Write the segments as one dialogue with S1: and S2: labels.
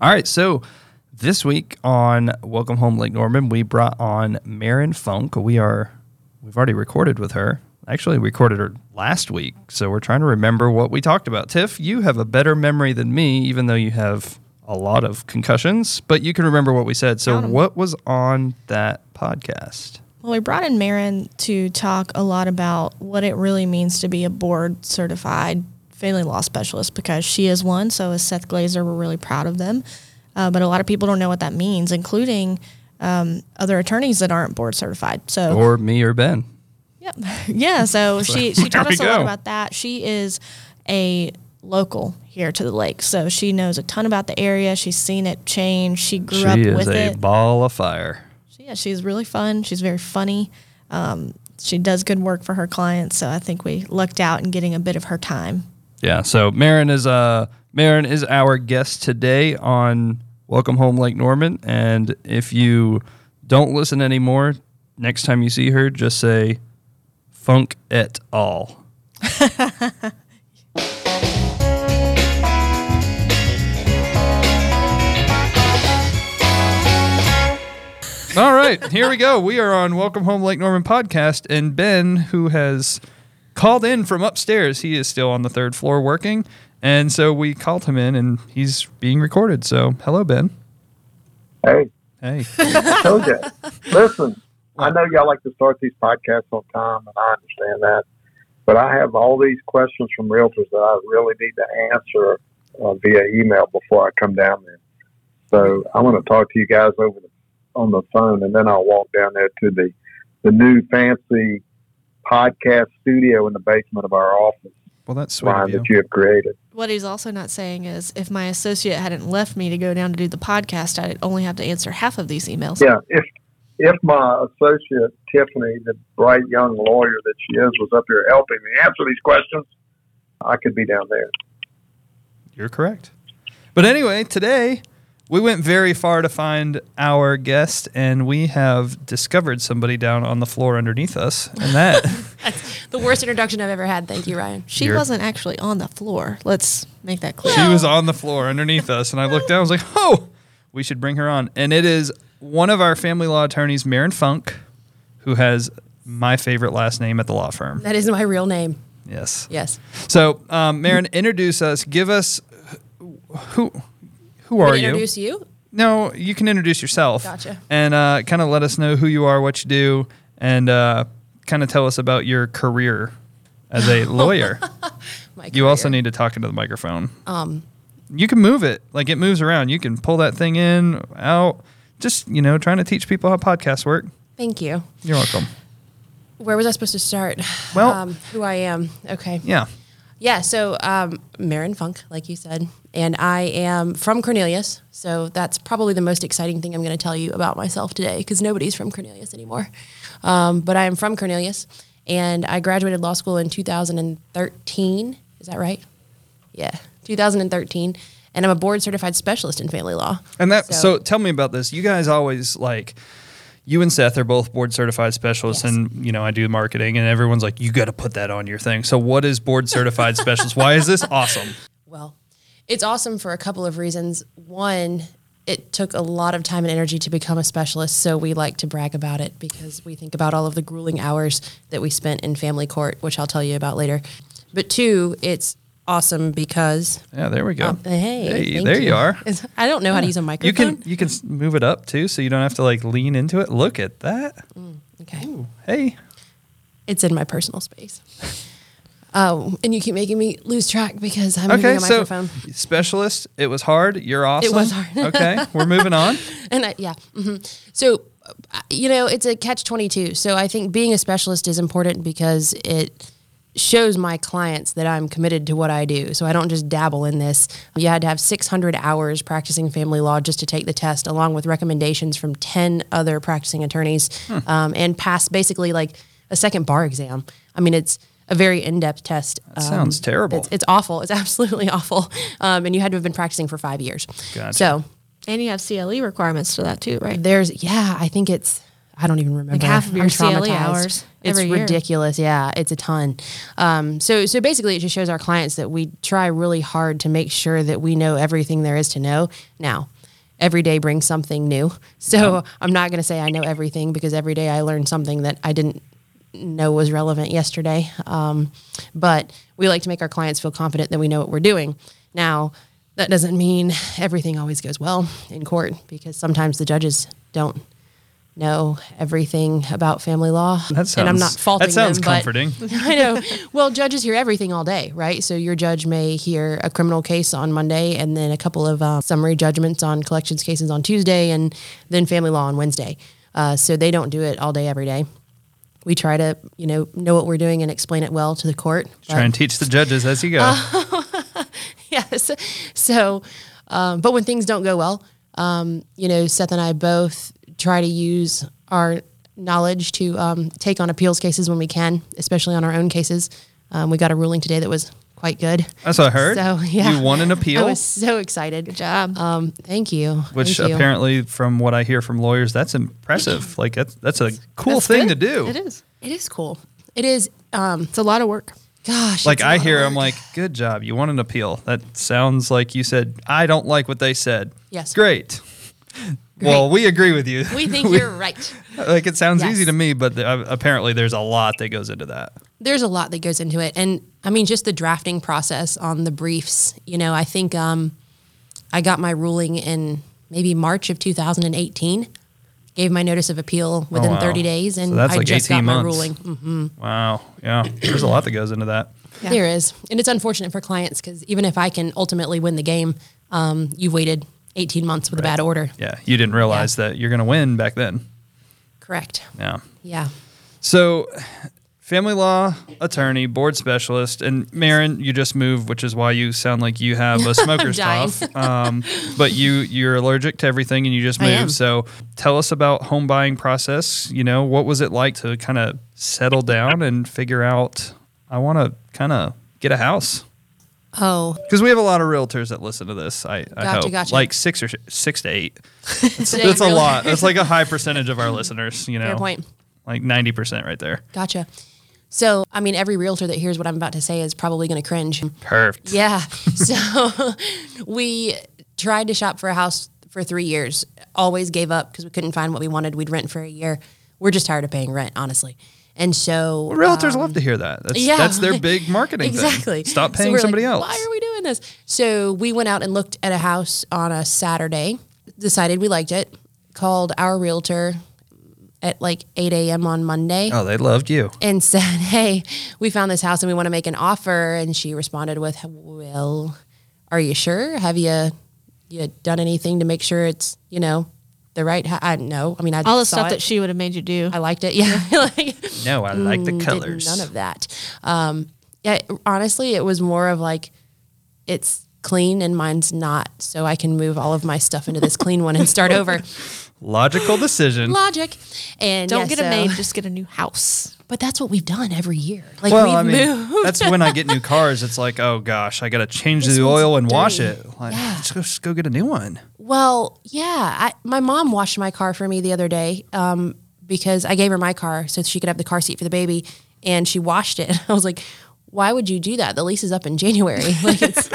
S1: All right, so this week on Welcome Home Lake Norman, we brought on Marin Funk. We are we've already recorded with her. Actually, we recorded her last week, so we're trying to remember what we talked about. Tiff, you have a better memory than me, even though you have a lot of concussions, but you can remember what we said. So,
S2: Got 'em.
S1: what was on that podcast?
S2: Well, we brought in Marin to talk a lot about what it really means to be a board certified family law specialist because she is one. So, as Seth Glazer, we're really proud of them. Uh, but a lot of people don't know what that means, including um, other attorneys that aren't board certified. So,
S1: Or me or Ben?
S2: Yep. Yeah. So she she
S1: Oh. There
S2: taught
S1: we
S2: us a lot
S1: go.
S2: about that. She is a local here to the lake, so she knows a ton about the area. She's seen it change. She grew
S1: She
S2: up
S1: is
S2: with
S1: a
S2: it.
S1: ball of fire.
S2: So, yeah, she's really fun. She's very funny. Um, she does good work for her clients, so I think we lucked out in getting a bit of her time.
S1: Yeah. So Marin is uh Marin is our guest today on Welcome Home Lake Norman. And if you don't listen anymore, next time you see her, just say funk et al. All right, here we go. We are on Welcome Home Lake Norman podcast, and Ben, who has called in from upstairs, he is still on the third floor working, and so we called him in, and he's being recorded. So, hello, Ben.
S3: Hey,
S1: Hey,
S3: told ya. Listen, I know y'all like to start these podcasts on time, and I understand that. But I have all these questions from realtors that I really need to answer uh, via email before I come down there. So I'm going to talk to you guys over the, on the phone, and then I'll walk down there to the the new fancy podcast studio in the basement of our office,
S1: well, that's sweet of
S3: Ryan,
S1: you.
S3: that you have created.
S2: What he's also not saying is if my associate hadn't left me to go down to do the podcast, I'd only have to answer half of these emails.
S3: Yeah, if if my associate Tiffany, the bright young lawyer that she is, was up here helping me answer these questions, I could be down there.
S1: You're correct. But anyway, today we went very far to find our guest, and we have discovered somebody down on the floor underneath us, and that
S4: That's the worst introduction I've ever had. Thank you, Ryan.
S2: She
S1: You're-
S2: wasn't actually on the floor. Let's make that clear.
S1: she was on the floor underneath us, and I looked down, I was like, "Oh, we should bring her on." And it is one of our family law attorneys, Marin Funk, who has my favorite last name at the law firm.
S4: That is my real name.
S1: Yes.
S4: Yes.
S1: So, um, Marin, introduce us. Give us who who are
S4: Can I
S1: you?
S4: introduce you?
S1: No, you can introduce yourself.
S4: Gotcha.
S1: And uh, kind of let us know who you are, what you do, and uh, kind of tell us about your career as a lawyer.
S4: My
S1: you also
S4: career.
S1: need to talk into the microphone. Um, you can move it. Like it moves around. You can pull that thing in, out. Just, you know, trying to teach people how podcasts work.
S4: Thank you.
S1: You're welcome.
S4: Where was I supposed to start?
S1: Well-
S4: um, who I am. Okay.
S1: Yeah.
S4: Yeah, so um, Marin Funk, like you said, and I am from Cornelius. So that's probably the most exciting thing I'm going to tell you about myself today because nobody's from Cornelius anymore. Um, but I am from Cornelius and I graduated law school in 2013. Is that right? Yeah, 2013. And I'm a board certified specialist in family law.
S1: And that, so, tell me about this. You guys always like, you and Seth are both board certified specialists,
S4: Yes.
S1: and you know I do marketing, and everyone's like, you got to put that on your thing. So, what is board certified specialist? Why is this awesome?
S4: Well, it's awesome for a couple of reasons. One, it took a lot of time and energy to become a specialist, so we like to brag about it because we think about all of the grueling hours that we spent in family court, which I'll tell you about later. But two, it's awesome because
S1: Yeah, there we go.
S4: Oh, hey, thank
S1: Oh. there you, are.
S4: It's- I don't know how to use a
S1: You
S4: microphone.
S1: can you can s- move it up too, so you don't have to like lean into it. Look at that.
S4: okay.
S1: Hey,
S4: It's in my personal space. Oh, and you keep making me lose track because I'm
S1: okay.
S4: moving a
S1: So
S4: microphone.
S1: specialist, it was hard. You're awesome.
S4: was hard.
S1: okay, we're moving on.
S4: and I, yeah, hmm so uh, you know it's a catch twenty two. So I think being a specialist is important because it shows my clients that I'm committed to what I do. So I don't just dabble in this. You had to have six hundred hours practicing family law just to take the test, along with recommendations from ten other practicing attorneys,
S1: Hmm.
S4: um, and pass basically like a second bar exam. I mean, it's a very in depth test. um,
S1: sounds terrible.
S4: It's, it's awful. It's absolutely awful. Um, and you had to have been practicing for five years.
S1: Gotcha.
S4: So
S2: And you have CLE E requirements for that too, right?
S4: there's yeah, I think it's I don't even remember.
S2: Like half of your
S4: I'm
S2: CLE
S4: traumatized.
S2: hours
S4: It's
S2: every year.
S4: ridiculous. Yeah, it's a ton. Um, so so basically, it just shows our clients that we try really hard to make sure that we know everything there is to know. Now, every day brings something new. So I'm not going to say I know everything because every day I learn something that I didn't know was relevant yesterday. Um, but we like to make our clients feel confident that we know what we're doing. Now, that doesn't mean everything always goes well in court because sometimes the judges don't know everything about family law.
S1: That sounds,
S4: and I'm not faulting
S1: That sounds
S4: them, but-
S1: comforting.
S4: I know. Well, judges hear everything all day, right? So your judge may hear a criminal case on Monday and then a couple of um, summary judgments on collections cases on Tuesday and then family law on Wednesday. Uh, so they don't do it all day, every day. We try to, you know, know what we're doing and explain it well to the court. but- Ah,
S1: Try and teach the judges as you go.
S4: yes. So, um, but when things don't go well, um, you know, Seth and I both try to use our knowledge to um, take on appeals cases when we can, especially on our own cases. Um, we got a ruling today that was quite good.
S1: That's what I heard.
S4: So yeah,
S1: You won an
S4: I
S1: appeal,
S4: was so excited. Good
S2: job.
S4: Um, thank you.
S1: which
S4: Thank you.
S1: apparently, from what I hear from lawyers, that's impressive. Like that's that's a cool thing to do.
S2: It is.
S4: it is cool. It is. Um,
S2: It's a lot of work.
S4: gosh,
S1: Like
S4: it's a
S1: I
S4: lot of
S1: hear, I'm
S4: work.
S1: like, good job. You won an appeal. That sounds like you said, I don't like what they said.
S4: Yes.
S1: Great. Well, we agree with you.
S4: we think you're right.
S1: like it sounds
S4: Yes.
S1: easy to me, but the, uh, apparently there's a lot that goes into that.
S4: there's a lot that goes into it and i mean just the drafting process on the briefs you know i think um, i got my ruling in maybe march of 2018 gave my notice of appeal within
S1: Oh, wow.
S4: 30 days
S1: So
S4: and
S1: that's
S4: i
S1: like
S4: just
S1: 18
S4: got my
S1: months.
S4: ruling Mhm.
S1: Wow. Yeah. There's a lot that goes into that.
S2: Yeah.
S4: there is and it's unfortunate for clients because even if i can ultimately win the game um, you've waited 18 months with a bad order
S1: Yeah. You didn't realize that you're going to win back then.
S4: correct
S1: Yeah.
S4: yeah
S1: So, family law attorney, board specialist, and Marin, you just moved, which is why you sound like you have a smoker's
S4: dying.
S1: cough. Um, but you you're allergic to everything, and you just
S4: I am.
S1: moved. So, tell us about home buying process. You know, what was it like to kind of settle down and figure out? I want to kind of get a house
S4: oh
S1: because we have a lot of realtors that listen to this. I, I
S4: Gotcha,
S1: hope
S4: gotcha.
S1: like six or six to eight. That's,
S4: Today,
S1: that's a
S4: really.
S1: lot. That's like a high percentage of our listeners. You know,
S4: fair point
S1: like ninety percent right there.
S4: gotcha so i mean every realtor that hears what i'm about to say is probably going to cringe
S1: Perfect.
S4: Yeah. So we tried to shop for a house for three years, always gave up because we couldn't find what we wanted. We'd rent for a year. We're just tired of paying rent, honestly. And so
S1: Realtors love to hear that. That's,
S4: Um, yeah.
S1: that's their big marketing
S4: exactly.
S1: thing. Stop
S4: So
S1: paying
S4: we're like,
S1: somebody else.
S4: Why are we doing this? So we went out and looked at a house on a Saturday, decided we liked it, called our realtor at like 8 a.m. on Monday
S1: oh, they loved you.
S4: and said, "Hey, we found this house and we want to make an offer." And she responded with, "Well, are you sure? Have you you done anything to make sure it's you know the right? Ha- I no. I mean, I
S2: All the
S4: saw
S2: stuff
S4: it.
S2: that she would have made you do.
S4: I liked it. Yeah, like
S1: No, I like the
S4: did
S1: colors.
S4: Mm, None of that. Um, yeah, honestly, it was more of like it's clean and mine's not, so I can move all of my stuff into this clean one and start over.
S1: Logical decision.
S4: Logic. And
S2: Don't
S4: yeah,
S2: get
S4: so-
S2: a maid, just get a new house.
S4: But that's what we've done every year. Like
S1: well,
S4: we've
S1: I mean,
S4: moved.
S1: that's when I get new cars. It's like, oh gosh, I got to change
S4: This
S1: the
S4: one's
S1: oil and wash
S4: dirty.
S1: it. Like,
S4: Yeah.
S1: let's go, just go get a new one.
S4: Well, yeah. I, my mom washed my car for me the other day um, because I gave her my car so she could have the car seat for the baby, and she washed it. I was like, "Why would you do that? The lease is up in January. Like, it's,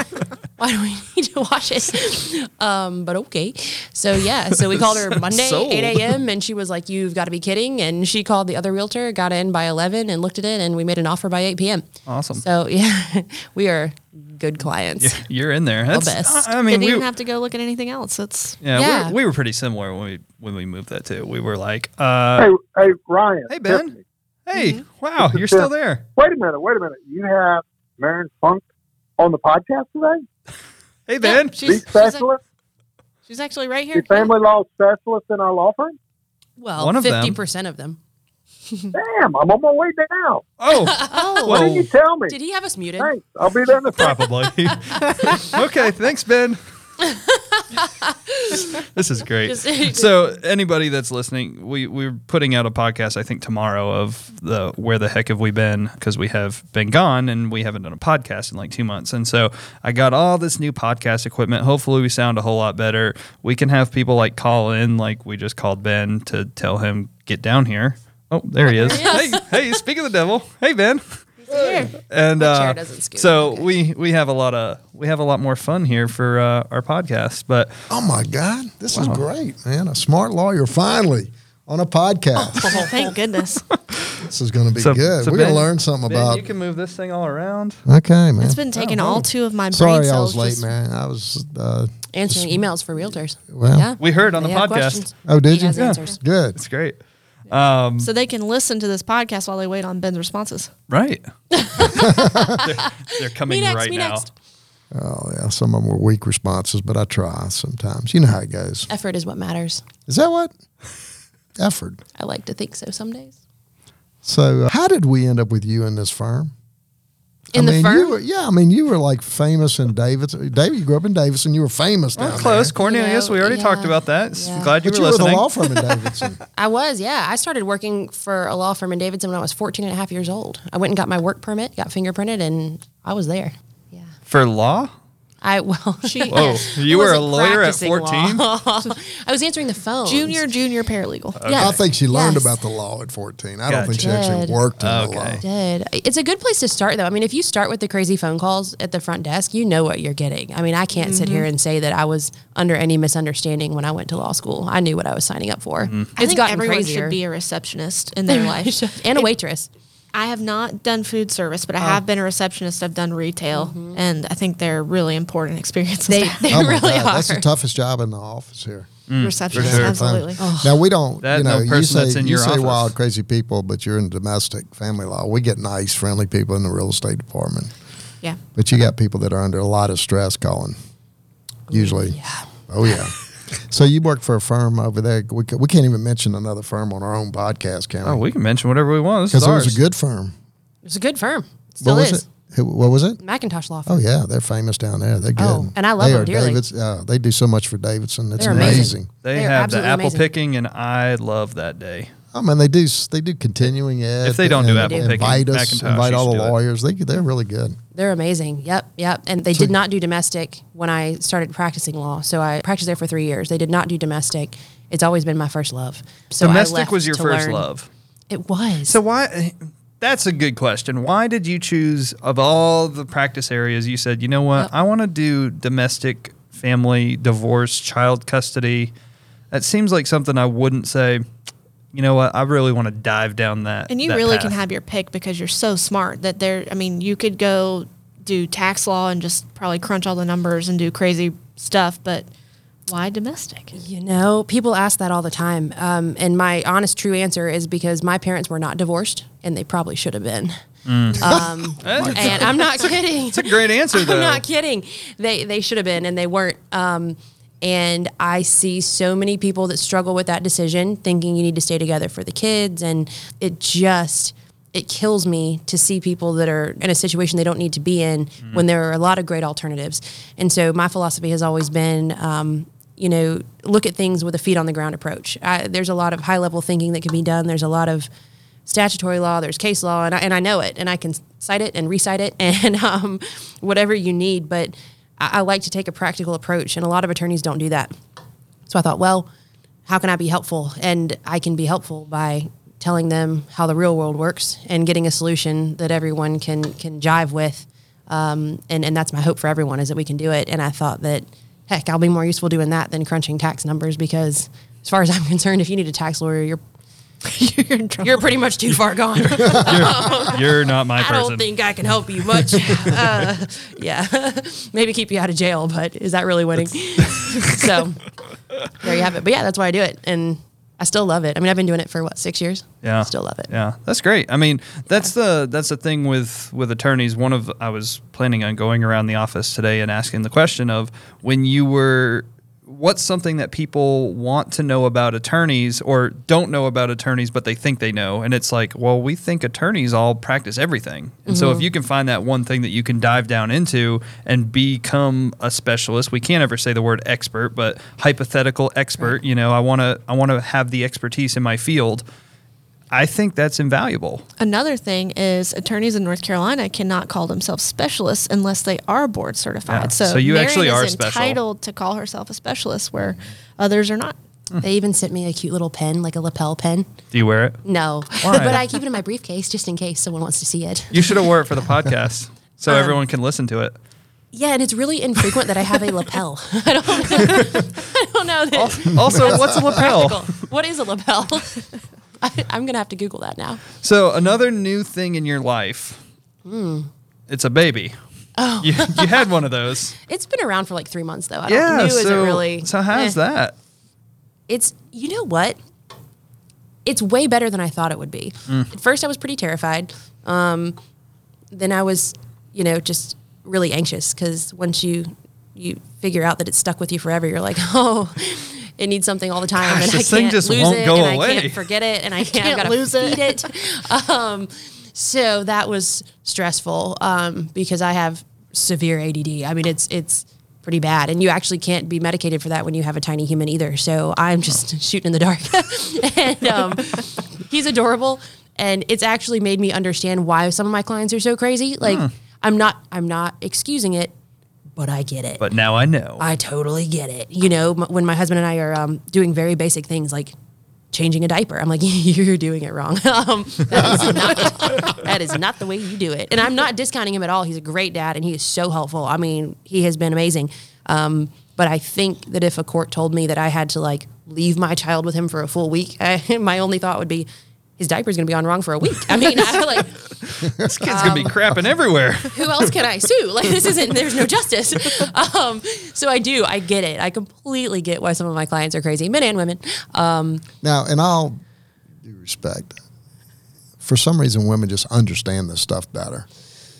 S4: why do we need to wash it?" Um, but okay. So yeah. So we called her Monday,
S1: Sold.
S4: eight a.m., and she was like, "You've got to be kidding!" And she called the other realtor, got in by eleven, and looked at it, and we made an offer by eight p.m.
S1: Awesome.
S4: So yeah, we are good clients.
S1: You're in there. That's,
S4: best.
S1: I, I mean,
S2: Didn't
S1: we,
S2: even have to go look at anything else. It's
S1: yeah,
S4: Yeah.
S1: We, we were pretty similar when we when we moved that too. We were like, uh,
S3: Hey, hey, Ryan.
S1: Hey, Ben.
S3: Tiffany,
S1: hey,
S4: Mm-hmm.
S1: wow, you're still there.
S3: Wait a minute. Wait a minute. You have Marin Funk on the podcast today?
S1: Hey, Ben.
S3: The
S2: she's, she's, a-
S3: specialist,
S2: she's actually right
S3: the
S2: here.
S3: family law specialist in our law firm?
S4: Well,
S1: One of them-
S4: fifty percent of them.
S3: Damn, I'm on my way down.
S1: Oh,
S4: Oh,
S3: Why didn't you
S1: well,
S3: tell me?
S4: Did he have us muted?
S3: Thanks. I'll be there in a second.
S1: probably. okay, thanks, Ben. this is great. so anybody that's listening, we we're putting out a podcast I think tomorrow of the where the heck have we been because we have been gone and we haven't done a podcast in like 2 months. And so I got all this new podcast equipment. Hopefully we sound a whole lot better. We can have people like call in like we just called Ben to tell him get down here. Oh, there he is. hey, hey, speak of the devil. Hey, Ben. And
S4: My chair
S1: uh,
S4: doesn't scoot.
S1: so
S4: Okay.
S1: we we have a lot of we have a lot more fun here for uh, our podcast, but
S5: Oh my God, this is great, man! A smart lawyer finally on a
S1: Oh.
S5: podcast.
S2: Thank goodness.
S5: this is going to be
S1: So-
S5: good.
S1: so
S5: We're going
S1: Ben-
S5: to learn something
S1: Ben,
S5: about.
S1: you can move this thing all around.
S5: okay, man.
S2: It's been taking all two of my brain
S5: Sorry, I
S2: cells.
S5: was late,
S2: just-
S5: man. I was. Uh,
S4: Answering emails for realtors.
S5: Well.
S1: We heard on
S4: They
S1: the
S4: have
S1: podcast.
S4: questions.
S5: oh, did
S4: He
S5: you?
S4: has answers.
S5: Good.
S1: It's great.
S2: So they can listen to this podcast while they wait on Ben's responses.
S1: Right. they're, they're coming
S4: Me next,
S1: right
S4: me
S1: now.
S4: next.
S5: Oh yeah, some of them were weak responses, but I try sometimes. You know how it goes.
S4: Effort is what matters.
S5: Is that what? Effort.
S4: I like to think so some days.
S5: So, uh, how did we end up with you in this firm?
S4: In
S5: I
S4: the
S5: mean,
S4: firm,
S5: you were, yeah. I mean, you were like famous in Davidson. David, you grew up in Davidson. You were famous down
S1: We're close.
S5: there.
S1: Cornelius,
S4: You know,
S1: we already
S4: yeah,
S1: talked about that. S-
S4: yeah.
S1: Glad you
S5: But
S1: were
S5: you were the
S1: listening.
S5: law firm in Davidson.
S4: I was, yeah. I started working for a law firm in Davidson when I was 14 and a half years old. I went and got my work permit, got fingerprinted, and I was there. Yeah.
S1: for law?
S4: I, well,
S2: She
S1: Oh, you were a
S4: wasn't
S1: lawyer at
S4: practicing
S1: 14?
S4: law. I was answering the phone.
S1: Oh,
S2: junior, junior paralegal.
S1: Uh,
S5: I think she learned
S4: Yes.
S5: about the law at fourteen. I don't think she
S4: Gotcha. Good.
S5: actually worked in the law.
S1: Okay.
S4: did. It's a good place to start, though. I mean, if you start with the crazy phone calls at the front desk, you know what you're getting. I mean, I can't sit
S1: Mm-hmm.
S4: here and say that I was under any misunderstanding when I went to law school. I knew what I was signing up for.
S1: Mm-hmm.
S2: I
S4: It's
S2: think
S4: gotten
S2: everyone
S4: crazier.
S2: should be a receptionist in their life.
S4: and a waitress.
S2: I have not done food service, but I
S1: Oh.
S2: have been a receptionist. I've done retail, and I think they're really important experiences.
S4: They,
S2: to have.
S4: they
S5: Oh my
S4: really
S5: God,
S4: are.
S5: that's the toughest job in the office here.
S1: Mm.
S2: receptionist,
S1: sure.
S2: absolutely.
S5: Now we
S1: Mm-hmm.
S5: don't.
S1: That
S5: you
S1: and the
S5: know, you
S1: person
S5: say
S1: that's in
S5: you
S1: your
S5: say
S1: office.
S5: wild, crazy people, but you're in domestic family law. We get nice, friendly people in the real estate department,
S2: Yeah,
S5: but you got people that are under a lot of stress calling. Usually,
S4: Yeah.
S5: oh yeah. so you work for a firm over there. We, ca- we can't even mention another firm on our own podcast, can
S1: Oh,
S5: we?
S1: we can mention whatever we want. This
S5: Because
S1: is
S5: it was
S1: ours.
S5: a good firm.
S4: It's a good firm. It
S5: What
S4: Still
S5: was
S4: is.
S5: it? Who- What was it?
S4: Macintosh Law Firm.
S5: Oh yeah, they're famous down there. They're good.
S4: Oh, and I love
S5: they
S4: them
S5: are
S4: dearly.
S5: Davids- uh, they do so much for Davidson. It's
S4: They're
S5: amazing.
S4: amazing.
S1: they
S4: They
S1: have
S4: are
S1: the
S4: absolutely
S1: apple
S4: amazing.
S1: picking, and I love that day.
S5: I mean, Oh, they do they do continuing ed.
S1: If they don't do
S5: and
S1: apple picking,
S5: invite us,
S1: Macintosh
S5: invite all
S1: used
S5: the
S1: to do it.
S5: lawyers. They they're really good.
S4: They're amazing. Yep, yep. And they did not do domestic when I started practicing law. So I practiced there for three years. They did not do domestic. It's always been my first love. So I
S1: Domestic
S4: left
S1: was your
S4: to
S1: first
S4: learn.
S1: love.
S4: It was.
S1: So why? That's a good question. Why did you choose of all the practice areas? You said, you know what, I want to do domestic, family, divorce, child custody. That seems like something I wouldn't say. You know what? I really want to dive down that.
S2: and you
S1: that
S2: really
S1: path."
S2: can have your pick because you're so smart that there. I mean, you could go do tax law and just probably crunch all the numbers and do crazy stuff, but why domestic?
S4: You know, people ask that all the time. Um, and my honest, true answer is because my parents were not divorced and they probably should have been. Um, and I'm not kidding.
S1: That's a great answer, though.
S4: I'm not kidding. They they should have been, and they weren't. Um, and I see so many people that struggle with that decision, thinking you need to stay together for the kids, and it just it kills me to see people that are in a situation they don't need to be in
S1: Mm-hmm.
S4: when there are a lot of great alternatives. And so my philosophy has always been. Um, you know, look at things with a feet on the ground approach. I, there's a lot of high level thinking that can be done. There's a lot of statutory law, there's case law, and I, and I know it, and I can cite it and recite it and um, whatever you need. But I, I like to take a practical approach, and a lot of attorneys don't do that. So I thought, well, how can I be helpful? And I can be helpful by telling them how the real world works and getting a solution that everyone can can jive with. Um, and and that's my hope for everyone is that we can do it. And I thought that heck, I'll be more useful doing that than crunching tax numbers because as far as I'm concerned, if you need a tax lawyer, you're
S2: you're in trouble.
S4: you're pretty much too far gone.
S1: You're not my
S4: I
S1: person.
S4: don't think I can help you much. uh, yeah, maybe keep you out of jail, but is that really winning? so there you have it. But yeah, that's why I do it, and I still love it. I mean, I've been doing it for what six years.
S1: Yeah.
S4: still love it.
S1: Yeah, that's great. I mean, that's the that's the thing with with attorneys. One of I was planning on going around the office today and asking the question of when you were what's something that people want to know about attorneys or don't know about attorneys, but they think they know? And it's like, well, we think attorneys all practice everything. And so
S4: Mm-hmm.
S1: if you can find that one thing that you can dive down into and become a specialist, we can't ever say the word expert, but hypothetical expert, you know, I want to I want to have the expertise in my field. I think that's invaluable.
S2: Another thing is attorneys in North Carolina cannot call themselves specialists unless they are board certified.
S1: Yeah.
S2: So,
S1: So you
S2: Marion
S1: actually
S2: is
S1: are special.
S2: entitled to call herself a specialist where others are not.
S4: They even sent me a cute little pen, like a lapel pen.
S1: Do you wear it?
S4: No,
S1: Why?
S4: but I keep it in my briefcase just in case someone wants to see it.
S1: You should have wore it for the podcast so everyone can listen to it.
S4: Yeah, and it's really infrequent that I have a lapel. I don't, I don't know that.
S1: Also, what's a lapel?
S4: What is a lapel? I, I'm gonna have to Google that now.
S1: So another new thing in your life. It's a baby. Hmm. Oh. You, you had one of those.
S4: It's been around for like three months though. I
S1: yeah.
S4: don't, new
S1: so,
S4: isn't really.
S1: so how's
S4: eh.
S1: that?
S4: It's you know what? It's way better than I thought it would be.
S1: Mm.
S4: At first, I was pretty terrified. Um, then I was, you know, just really anxious because once you you figure out that it's stuck with you forever, you're like, oh, it needs something all the time,
S1: Gosh,
S4: and I
S1: this thing
S4: can't
S1: just
S4: lose
S1: won't
S4: it,
S1: go
S4: and I
S1: away.
S4: can't forget it, and I can't,
S2: can't
S4: I've gotta
S2: lose it.
S4: feed it. um, so that was stressful um, because I have severe ADD. I mean, it's it's pretty bad, and you actually can't be medicated for that when you have a tiny human either. So I'm just shooting in the dark, and um, he's adorable, and it's actually made me understand why some of my clients are so crazy. Like I'm not I'm not excusing it, but I get it.
S1: But now I know.
S4: I totally get it. You know, m- when my husband and I are um, doing very basic things like changing a diaper, I'm like, you're doing it wrong. um, that, is not, that is not the way you do it. And I'm not discounting him at all. He's a great dad and he is so helpful. I mean, he has been amazing. Um, but I think that if a court told me that I had to like leave my child with him for a full week, I, my only thought would be, his diaper's gonna be on wrong for a week. I mean, I like,
S1: this kid's gonna be crapping everywhere.
S4: who else can I sue? Like this isn't there's no justice. Um, so I do I get it. I completely get why some of my clients are crazy, men and women. Um,
S5: Now, in all due respect, for some reason, women just understand this stuff better.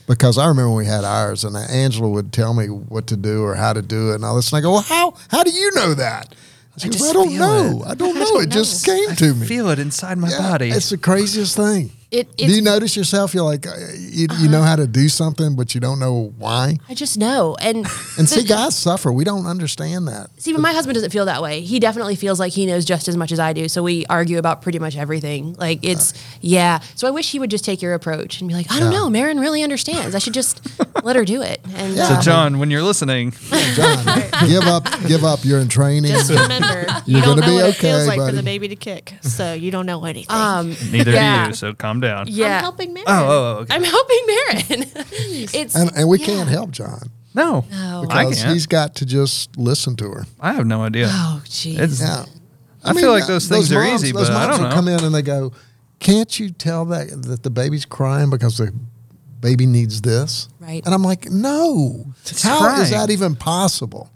S5: Because I remember when we had ours, and Angela would tell me what to do or how to do it and all this, and I go, "Well, how how do you know that?" She goes,
S1: just
S5: I, don't
S1: feel
S5: know. I don't know. It just came to me.
S1: Feel it inside my
S5: Yeah,
S1: body.
S5: It's the craziest
S4: It-
S5: thing. do
S4: it's- Uh-huh.
S5: you notice yourself? You're like, uh, you, you know how to do something, but you don't know why.
S4: I just know. And
S5: And see, guys suffer. We don't understand that.
S4: See, but my husband doesn't feel that way. He definitely feels like he knows just as much as I do. So we argue about pretty much everything. Like it's yeah. So I wish he would just take your approach and be like, I don't
S5: Yeah.
S4: know, Marin really understands. I should just let her do it. And
S5: Yeah.
S1: so
S4: uh,
S1: John, when you're listening,
S5: John, give up, give up. You're in training.
S2: Just remember, you
S5: You're
S2: don't
S5: gonna
S2: know
S5: be
S2: what it
S5: okay,
S2: feels like for
S5: buddy.
S2: the baby to kick. So you don't know anything.
S4: um,
S1: neither
S4: Yeah.
S1: do you. So calm down.
S4: yeah.
S2: I'm helping Marion.
S1: Oh, oh, oh, okay.
S4: I'm helping Marin. it's
S5: and, and we
S4: yeah.
S5: can't help John
S1: No,
S4: No.
S1: I
S5: because
S1: can't.
S5: he's got to just listen to her.
S1: I have no idea.
S4: Oh jeez.
S1: It's-
S5: Yeah,
S1: I feel like those things are
S5: moms-
S1: easy,
S5: those
S1: but I
S5: moms
S1: don't
S5: will
S1: know.
S5: come in and they go, "Can't you tell that that the baby's crying because the baby needs this?"
S4: Right.
S5: And I'm like, "No, How
S1: crying.
S5: is that even possible?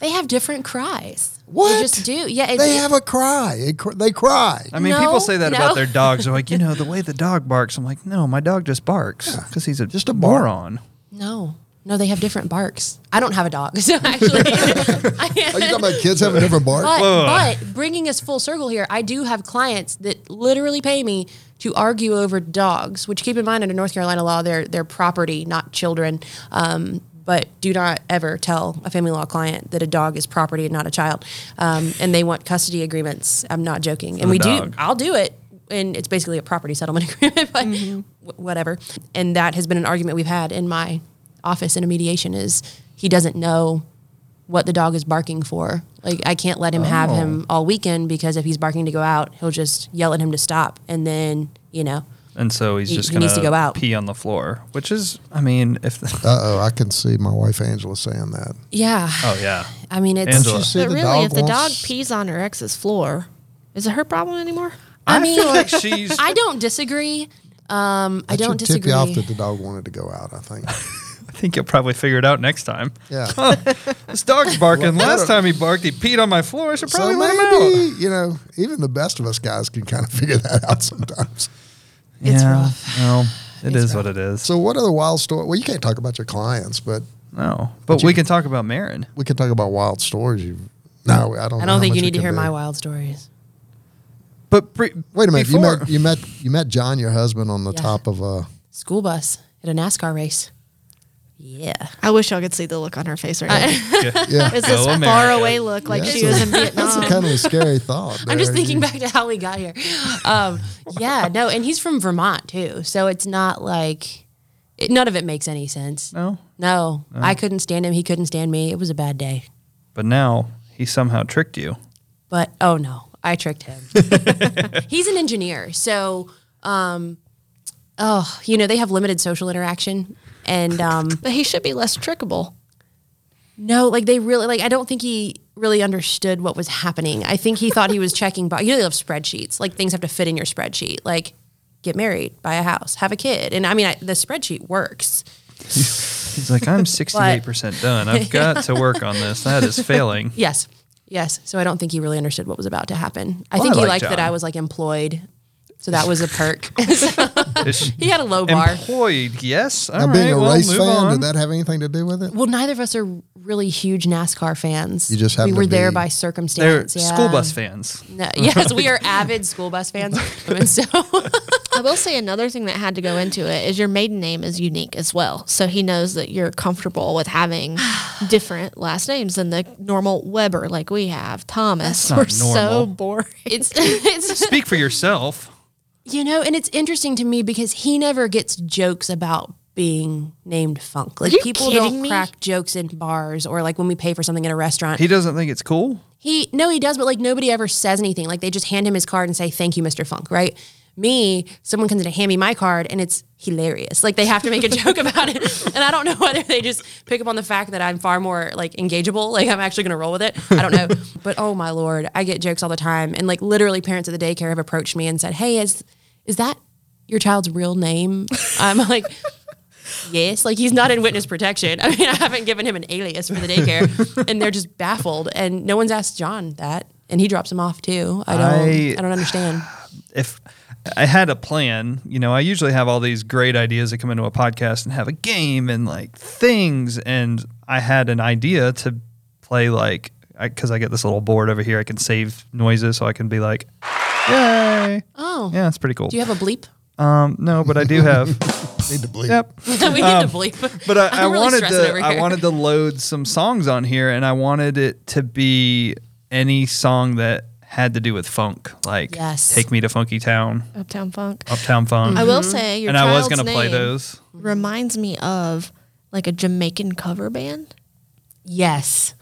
S4: They have different cries.
S5: What?
S4: They just do. Yeah. It,
S5: They have a cry. It, cr- they cry."
S1: I mean,
S4: No,
S1: people say that
S4: no.
S1: about their dogs. They're like, you know, the way the dog barks. I'm like, no, my dog just barks because he's a
S5: Just a bark.
S1: moron.
S4: no. No, they have different barks. I don't have a dog. So actually, I,
S5: Are Oh, you talking about kids having a different bark?
S4: but,
S1: Whoa.
S4: but bringing us full circle here, I do have clients that literally pay me to argue over dogs, which keep in mind under North Carolina law, they're, they're property, not children. Um, but do not ever tell a family law client that a dog is property and not a child. Um, and they want custody agreements. I'm not joking. and
S1: the
S4: we
S1: dog.
S4: do, I'll do it. And it's basically a property settlement agreement, but wh- whatever. And that has been an argument we've had in my office in a mediation is he doesn't know what the dog is barking for. Like I can't let him have him
S1: Oh.
S4: all weekend because if he's barking to go out, he'll just yell at him to stop, and then you know.
S1: And so he's
S4: He-
S1: just
S4: he
S1: going
S4: needs to go out.
S1: pee on the floor, which is, I mean, if
S5: Uh oh, I can see my wife Angela saying that.
S4: Yeah.
S1: oh yeah,
S4: I mean, it's.
S1: Angela.
S5: She said
S2: but really, if the dog
S5: wants-
S2: pees on her ex's floor, is it her problem anymore?
S1: I,
S4: mean-
S1: feel like she's.
S4: I don't disagree. Um, I
S5: That
S4: don't
S5: should tip
S4: disagree.
S5: you off that the dog wanted to go out. I think.
S1: I think you'll probably figure it out next time.
S5: Yeah.
S1: This dog's barking.
S5: Well,
S1: Last
S5: what a-
S1: time he barked, he peed on my floor. I should
S5: so
S1: probably let him out.
S5: maybe you know, even the best of us guys can kind of figure that out sometimes.
S4: It's rough.
S1: No, it's what it is.
S5: So, what other wild story? Well, you can't talk about your clients, but
S1: no, but we can talk about Marin.
S5: we can talk about wild stories you've No, I don't.
S4: I
S5: know how
S4: don't think
S5: much
S4: you
S5: it
S4: need to
S5: could
S4: hear
S5: be.
S4: my wild stories.
S1: But pre-
S5: Wait a minute. You
S1: before-
S5: met, you met you met John, your husband, on the
S4: Yeah.
S5: top of a.
S4: School bus at a NASCAR race. Yeah.
S2: I wish y'all could see the look on her face right now.
S5: Yeah,
S2: It's this
S1: Go America.
S2: far away look, like
S5: Yeah,
S2: she
S5: so
S2: was in
S5: that's a
S2: Vietnam.
S5: kind of a scary thought.
S4: I'm just
S5: there.
S4: thinking back to how we got here. Um, yeah, no, and he's from Vermont too, so it's not like it, none of it makes any sense.
S1: no,
S4: No, I couldn't stand him. He couldn't stand me. It was a bad day.
S1: but now he somehow tricked you.
S4: But oh no, I tricked him. He's an engineer, so um, oh, you know they have limited social interaction, and um,
S2: But he should be less trickable.
S4: no, like they really like. I don't think he really understood what was happening. I think he thought he was checking. Bo- you know, they love spreadsheets. Like things have to fit in your spreadsheet. Like get married, buy a house, have a kid, and I mean I, the spreadsheet works.
S1: He's like, I'm 68% done. I've got to work on this. That is failing.
S4: Yes. Yes. So I don't think he really understood what was about to happen. I
S1: Well,
S4: think
S1: I
S4: he
S1: like
S4: liked that
S1: John.
S4: I was like employed. So that was a perk.
S1: It's
S4: he had a low bar.
S1: employed, yes. All
S5: Now,
S1: right,
S5: being a
S1: well,
S5: race
S1: move
S5: fan,
S1: on.
S5: did that have anything to do with it?
S4: Well, neither of us are really huge NASCAR fans.
S5: You just
S4: we
S5: happen to
S4: were there
S5: be-
S4: by
S1: They're
S4: circumstance. yeah.
S1: school bus fans.
S4: No, yes, we are avid school bus fans. And so
S2: I will say another thing that had to go into it is your maiden name is unique as well. So he knows that you're comfortable with having different last names than the normal Weber like we have. Thomas.
S1: not
S2: We're so
S1: normal.
S2: boring.
S4: it's it's
S1: Speak for yourself.
S4: You know, and it's interesting to me because he never gets jokes about being named Funk. Like
S2: you
S4: people
S2: kidding
S4: don't
S2: me?
S4: crack jokes in bars or like when we pay for something in a restaurant.
S1: He doesn't think it's cool.
S4: He no, he does, but like nobody ever says anything. Like they just hand him his card and say, "Thank you, Mr. Funk." Right? Me, someone comes in to hand me my card, and it's hilarious. Like they have to make a joke about it, and I don't know whether they just pick up on the fact that I'm far more like engageable. Like I'm actually going to roll with it. I don't know, but oh my lord, I get jokes all the time, and like literally, parents at the daycare have approached me and said, "Hey, is is that your child's real name?" I'm like. Yes, like he's not in witness protection. I mean, I haven't given him an alias for the daycare, and they're just baffled. And no one's asked John that, and he drops him off too. I don't,
S1: I-
S4: I, don't understand.
S1: if I had a plan, you know, I usually have all these great ideas that come into a podcast and have a game and like things. And I had an idea to play like, because I, get this little board over here, I can save noises so I can be like, yay.
S4: Oh,
S1: Yeah, it's pretty cool.
S4: do you have a bleep?
S1: um, no, but I do have.
S5: Need to bleep.
S1: yep.
S4: we need to bleep.
S1: Um, But I, I
S4: I'm really
S1: wanted
S4: stressing
S1: to
S4: over
S1: I
S4: here.
S1: wanted to load some songs on here, and I wanted it to be any song that had to do with funk, like
S4: Yes.
S1: "Take Me to Funky Town,"
S2: Uptown Funk.
S1: "Uptown Funk."
S2: Mm. I will say
S1: Oh,
S2: your
S1: and I was
S2: child's
S1: gonna play
S2: name
S1: those.
S2: reminds me of like a Jamaican cover band.
S4: Yes,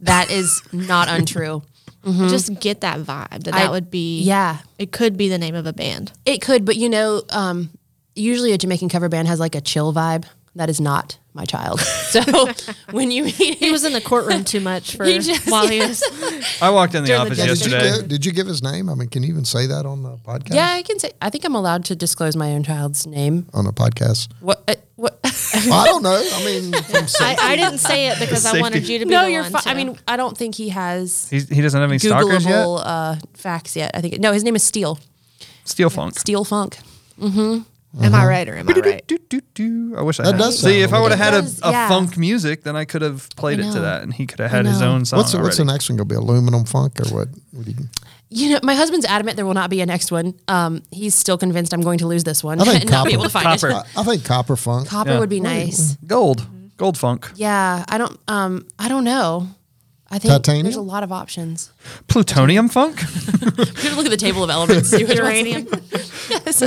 S4: that is not untrue.
S2: I Just get that vibe that
S4: I-
S2: that would be
S4: Yeah,
S2: It could be the name of a band.
S4: it could, but you know, um, usually a Jamaican cover band has like a chill vibe. That is not my child. So when you meet,
S2: He was in the courtroom too much for
S4: He just-
S2: while he was.
S1: I walked in the
S4: During the
S1: office
S5: Yeah, did, you
S1: yesterday.
S5: give, did you give his name? I mean, can you even say that on the podcast?
S4: yeah, I can say. I think I'm allowed to disclose my own child's name.
S5: On a podcast?
S4: What? Uh, what?
S5: Well, I don't know. I mean, from
S2: I, I didn't say it because I
S1: Safety.
S2: wanted you to be.
S4: no,
S2: the
S4: you're
S2: one
S4: fine. I
S2: to-
S4: mean, I don't think he has
S1: He's, he doesn't have any stalkers yet.
S4: Googleable uh, facts yet. I think no, his name is Steel.
S1: Steel funk.
S4: Steel Funk.
S2: am
S5: Uh-huh.
S2: I right or am I right?
S1: Do, do, do. I wish I
S5: That
S1: had.
S5: does
S1: See,
S5: sound
S1: if
S5: a
S1: I
S5: little
S1: would have had a,
S4: bit.
S1: a
S4: Yeah.
S1: funk music, then I could have played it to
S4: know.
S1: that, and he could have had his
S4: know.
S1: own song
S5: what's the, what's the
S1: already.
S5: next one going to be? Aluminum funk or what? what do you,
S4: You know, my husband's adamant there will not be a next one. Um, he's still convinced I'm going to lose this one
S5: I think
S4: and not be
S5: copper.
S4: able to find it.
S1: Copper,
S5: I, I think copper funk.
S4: Copper would be nice.
S1: gold, gold funk,
S4: Yeah, I don't. Um, I don't know. I think
S5: Titanium?
S4: there's a lot of options.
S1: plutonium funk.
S4: You have to look at the table of elements. see which one's-
S2: Uranium.
S4: Yes.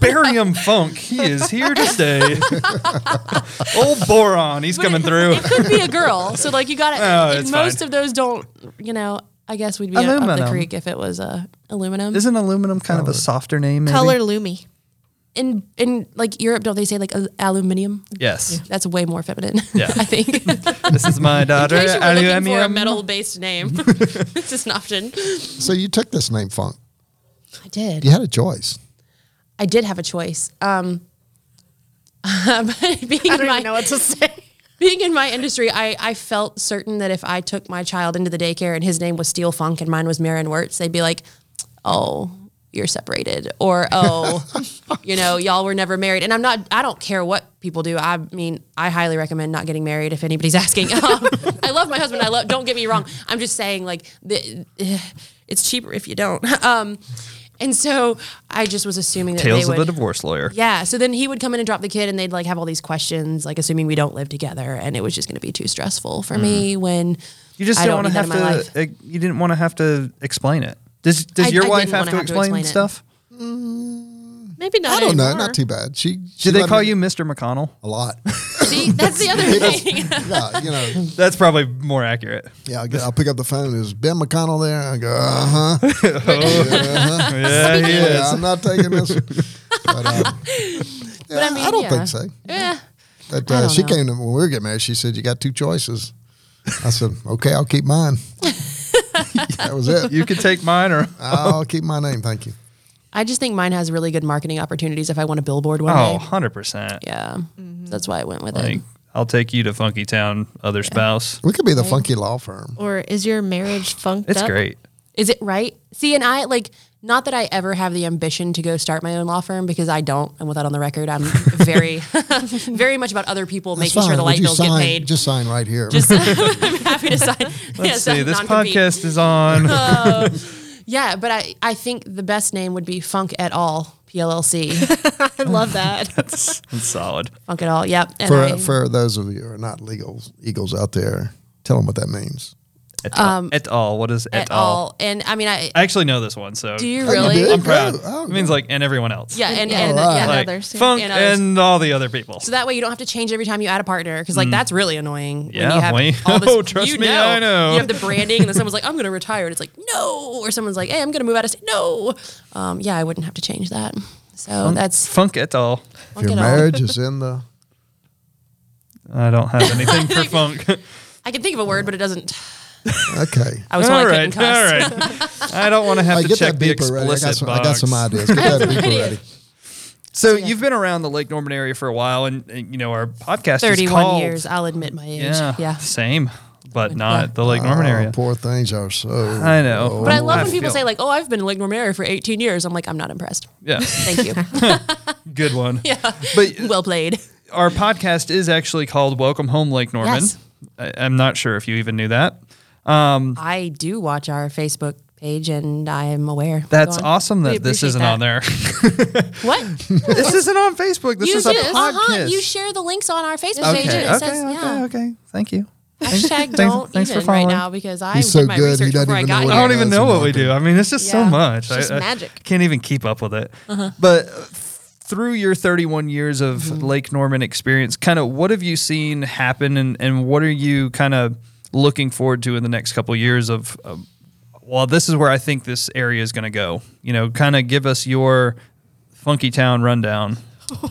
S1: Barium funk. He is here to stay. Old boron. He's coming through.
S4: It could be a girl. So like you got
S1: No,
S4: to
S1: Oh, it's
S4: most
S1: fine.
S4: of those don't. You know, I guess we'd be up- up the
S1: Aluminum.
S4: creek if it was uh, aluminum.
S1: Isn't aluminum kind of a softer name? maybe?
S2: Color Lumi.
S4: in in like Europe, don't they say like al- aluminium?
S1: Yes.
S4: That's way more feminine.
S1: Yeah.
S4: I think.
S1: This is my daughter.
S4: Actually, we're looking for a
S1: Aluminum.
S4: metal-based name. it's just an option.
S5: So you took this name funk.
S4: I did.
S5: You had a choice.
S4: I did have a choice. Um, but being I my,
S2: to say.
S4: being in my industry, I, I felt certain that if I took my child into the daycare and his name was Steel Funk and mine was Marin Wirtz, they'd be like, oh, you're separated. Or, oh, you know, y'all were never married. And I'm not, I don't care what people do. I mean, I highly recommend not getting married if anybody's asking. Um, I love my my husband. I love. Don't get me wrong. I'm just saying, like, the, it's cheaper if you don't. Um, and so I just was assuming that
S1: Tales
S4: they
S1: of the
S4: would.
S1: divorce lawyer.
S4: yeah. So then he would come in and drop the kid, and they'd like have all these questions, like assuming we don't live together, and it was just going to be too stressful for me when
S1: You just
S4: I
S1: didn't
S4: don't
S1: want to
S4: need that
S1: have
S4: in
S1: to.
S4: my life.
S1: uh, You didn't want to have to explain it. Does Does
S4: I-
S1: your
S4: I
S1: wife
S4: didn't
S1: have
S4: wanna
S1: to
S4: have to
S1: explain,
S4: explain it.
S1: stuff?
S2: Maybe not.
S5: I don't know.
S2: anymore.
S5: Not too bad. She, she
S1: Did they
S5: let
S1: call
S5: me-
S1: you Mr. McConnell?
S5: a lot?
S4: See, that's the other thing.
S5: yeah, you know.
S1: That's probably more accurate.
S5: Yeah, I'll, get, I'll pick up the phone. Is Ben McConnell there? I go, uh huh.
S1: Yeah, he is.
S5: I'm not taking this. But, uh, yeah, I,
S4: I mean,
S5: don't
S4: yeah.
S5: think so.
S4: yeah.
S5: But
S4: I
S5: uh,
S4: don't
S5: she
S4: know.
S5: came to when we were getting married. She said, "You got two choices." I said, "Okay, I'll keep mine." that was it.
S1: You could take mine, or
S5: I'll keep my name. Thank you.
S4: I just think mine has really good marketing opportunities if I want a billboard one
S1: oh,
S4: day.
S1: 100 percent.
S4: Yeah. That's why I went with
S1: Like
S4: it.
S1: I'll take you to Funky Town, other spouse.
S5: We could be the funky law firm.
S2: Or is your marriage funked
S1: It's
S2: up?
S1: great.
S4: Is it right? See, and I like not that I ever have the ambition to go start my own law firm because I don't. And with that on the record, I'm very, very much about other people
S5: That's
S4: making sure
S5: fine.
S4: the
S5: Would
S4: light
S5: you
S4: bills
S5: sign-
S4: get paid.
S5: Just sign right here.
S4: Just, I'm happy to sign.
S1: Let's
S4: uh,
S1: see. This podcast is on.
S4: Yeah, but I, I think the best name would be Funk et al. PLLC.
S2: I love that.
S1: it's solid.
S4: Funk et al. Yep. And
S5: for
S1: uh,
S4: I-
S5: for those of you who are not legal eagles out there, tell them what that means.
S1: Et, um, et al. What is et,
S4: et
S1: al?
S4: al. And I mean, I.
S1: I actually know this one, so
S4: do you
S5: Oh, you
S4: really?
S5: did?
S1: I'm proud.
S5: Oh, oh,
S1: it means like and everyone else.
S4: Yeah, and,
S2: Yeah.
S4: and
S5: Alright.
S4: yeah.
S2: and
S1: like
S2: others, yeah.
S1: funk
S4: And
S1: and,
S4: others.
S1: all the other people.
S4: So that way you don't have to change every time you add a partner because like that's really annoying.
S1: Mm. Yeah,
S4: when you
S1: we-
S4: have all this,
S1: Oh, trust
S4: you
S1: me, I know.
S4: You have the branding, and then someone's like, "I'm going to retire," and it's like, "No," or someone's like, "Hey, I'm going to move out of state." No, um, yeah, I wouldn't have to change that. So that's
S1: funk et al.
S5: If your
S4: fuck it all.
S5: marriage is in the
S1: I don't have anything for funk.
S4: I can think of a word, but it doesn't.
S5: okay.
S4: I was told
S1: all
S4: I
S1: right,
S4: couldn't
S1: all
S4: cuss.
S1: right. I don't want to have
S5: Hey,
S1: to
S5: get
S1: check
S5: that
S1: the
S5: beeper ready. I
S1: explicit
S5: got
S1: box.
S5: some, I got some ideas. Get that beeper ready.
S1: So you've been around the Lake Norman area for a while, and, and, you know our podcast is
S4: Thirty-one
S1: called.
S4: years. I'll admit my age.
S1: Yeah,
S4: Yeah.
S1: same, but not the Lake Norman
S5: Oh,
S1: area.
S5: Poor things are so.
S1: I know,
S4: But I love when people
S1: feel-
S4: say like, "Oh, I've been in Lake Norman area for 18 years." I'm like, I'm not impressed.
S1: "Yeah,
S4: Thank you.
S1: good one."
S4: yeah.
S1: But
S4: Well played.
S1: our podcast is actually called "Welcome Home, Lake Norman."
S4: Yes.
S1: I, I'm not sure if you even knew that.
S4: I do watch our Facebook page, and I am aware.
S1: That's
S4: Go on.
S1: awesome
S4: We
S1: that this isn't
S4: appreciate that.
S1: on there.
S4: What?
S1: this isn't on Facebook. This
S4: you
S1: is a
S4: do. Uh-huh.
S1: podcast.
S4: You share the links on our Facebook
S1: okay,
S4: page. and
S1: okay,
S4: It says,
S1: okay,
S4: yeah.
S1: okay. Thank you.
S4: Hashtag don't
S1: thanks for
S4: even right
S1: following.
S4: now because I
S5: He's
S4: did
S5: so
S4: my
S5: good, he
S4: research
S5: doesn't
S4: before I
S5: even
S4: got
S5: know
S4: here.
S1: I don't
S5: Yeah,
S1: even
S5: that's
S1: know what
S5: another
S1: we do. I mean, it's just so
S4: Yeah. Uh-huh.
S1: much.
S4: It's just
S1: I, I
S4: magic.
S1: can't even keep up with it. But uh, through your 31 years of
S4: Mm-hmm.
S1: Lake Norman experience, kind of what have you seen happen and, and what are you kind of looking forward to in the next couple years of, um, well, this is where I think this area is going to go. You know, kind of give us your funky town rundown. Oh,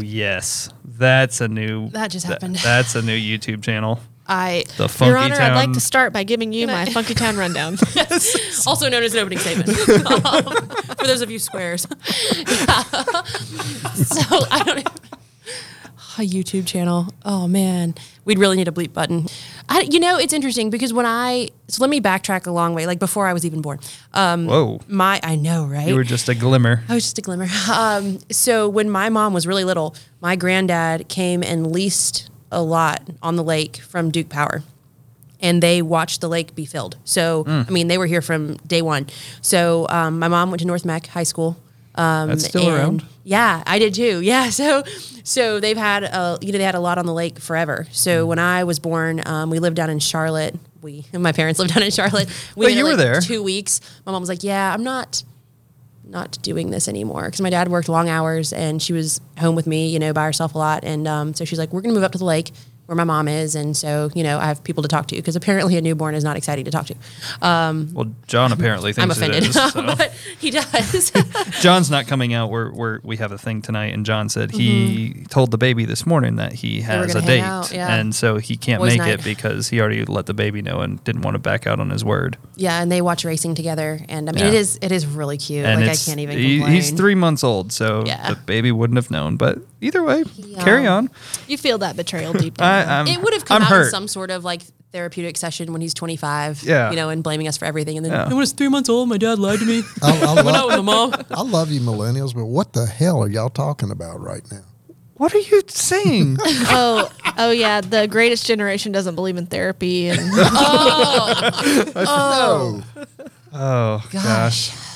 S2: my
S1: yes. That's a new
S4: That just happened.
S1: that's a new YouTube channel.
S4: I
S1: The funky
S2: Your Honor,
S1: town.
S2: I'd like to start by giving you my Funky Town rundown.
S4: also known as an opening statement Um, for those of you squares. so I don't. A YouTube channel. Oh man, we'd really need a bleep button. I, you know, it's interesting because when I so let me backtrack a long way. Like before I was even born. Um,
S1: Whoa.
S4: my I know right.
S1: You were just a glimmer.
S4: I was Oh, just a glimmer. Um, so when my mom was really little, my granddad came and leased a lot on the lake from Duke Power, and they watched the lake be filled. So I mean, they were here from day one. So um, my mom went to North Mac High School. Um,
S1: That's still
S4: and-
S1: around?
S4: Yeah, I did too. Yeah, so so they've had uh, you know they had a lot on the lake forever.
S1: Mm.
S4: So when I was born, um, we lived down in Charlotte. We my parents lived down in Charlotte. We
S1: But
S4: did it,
S1: you were
S4: like,
S1: there.
S4: two weeks. My mom was like, "Yeah, I'm not." not doing this anymore because my dad worked long hours and she was home with me, you know, by herself a lot. And um, so she's like, we're going to move up to the lake where my mom is. And so, you know, I have people to talk to because apparently a newborn is not exciting to talk to. Uh,
S1: Well, John apparently
S4: I'm
S1: thinks
S4: offended,
S1: it is. so.
S4: but he does.
S1: John's not coming out. We're, we're we have a thing tonight, and John said he told the baby this morning that he
S4: Mm-hmm. were
S1: has a
S4: gonna
S1: date,
S4: hang out, yeah.
S1: and so he can't
S4: Boys'
S1: make
S4: night.
S1: it because he already let the baby know and didn't want to back out on his word.
S4: yeah. And they watch racing together. And I mean, it
S1: Yeah.
S4: is, it is really cute.
S1: And
S4: like I
S1: it's-
S4: can't even
S1: he-
S4: complain.
S1: he's three months old, so
S4: Yeah. um,
S1: the baby wouldn't have known. But either way, carry on.
S2: you feel that betrayal deep down.
S1: I, I'm,
S4: It would have come
S1: I'm
S4: out
S1: hurt.
S4: in some sort of like therapeutic session when he's 25,
S1: Yeah.
S4: you know, and blaming us for everything. And then
S1: Yeah.
S4: I was three months old. My dad lied to me.
S5: I, I,
S4: Went out
S5: love,
S4: with my mom.
S5: I love you millennials, but what the hell are y'all talking about right now?
S1: What are you saying?
S2: oh, oh yeah. The greatest generation doesn't believe in therapy, and
S5: Oh.
S1: oh gosh.
S4: Gosh.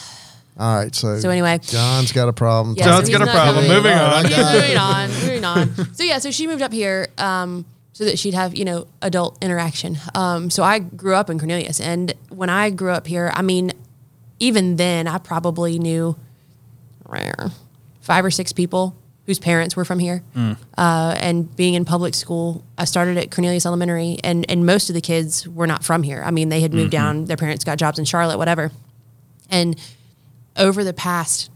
S5: All right. So,
S4: So anyway.
S5: John's got a problem.
S4: Yeah,
S1: John's
S4: so
S1: got a
S4: he's not
S1: problem.
S4: coming.
S1: Moving on.
S5: Alright, I got
S4: Yeah,
S5: it.
S4: moving on, moving on. So yeah, so she moved up here um, so that she'd have you know adult interaction. Um, so I grew up in Cornelius, and when I grew up here, I mean, even then I probably knew rare, five or six people whose parents were from here.
S1: Mm.
S4: Uh, and being in public school, I started at Cornelius Elementary, and and most of the kids were not from here. I mean, they had moved
S1: Mm-hmm.
S4: down, their parents got jobs in Charlotte, whatever, and over the past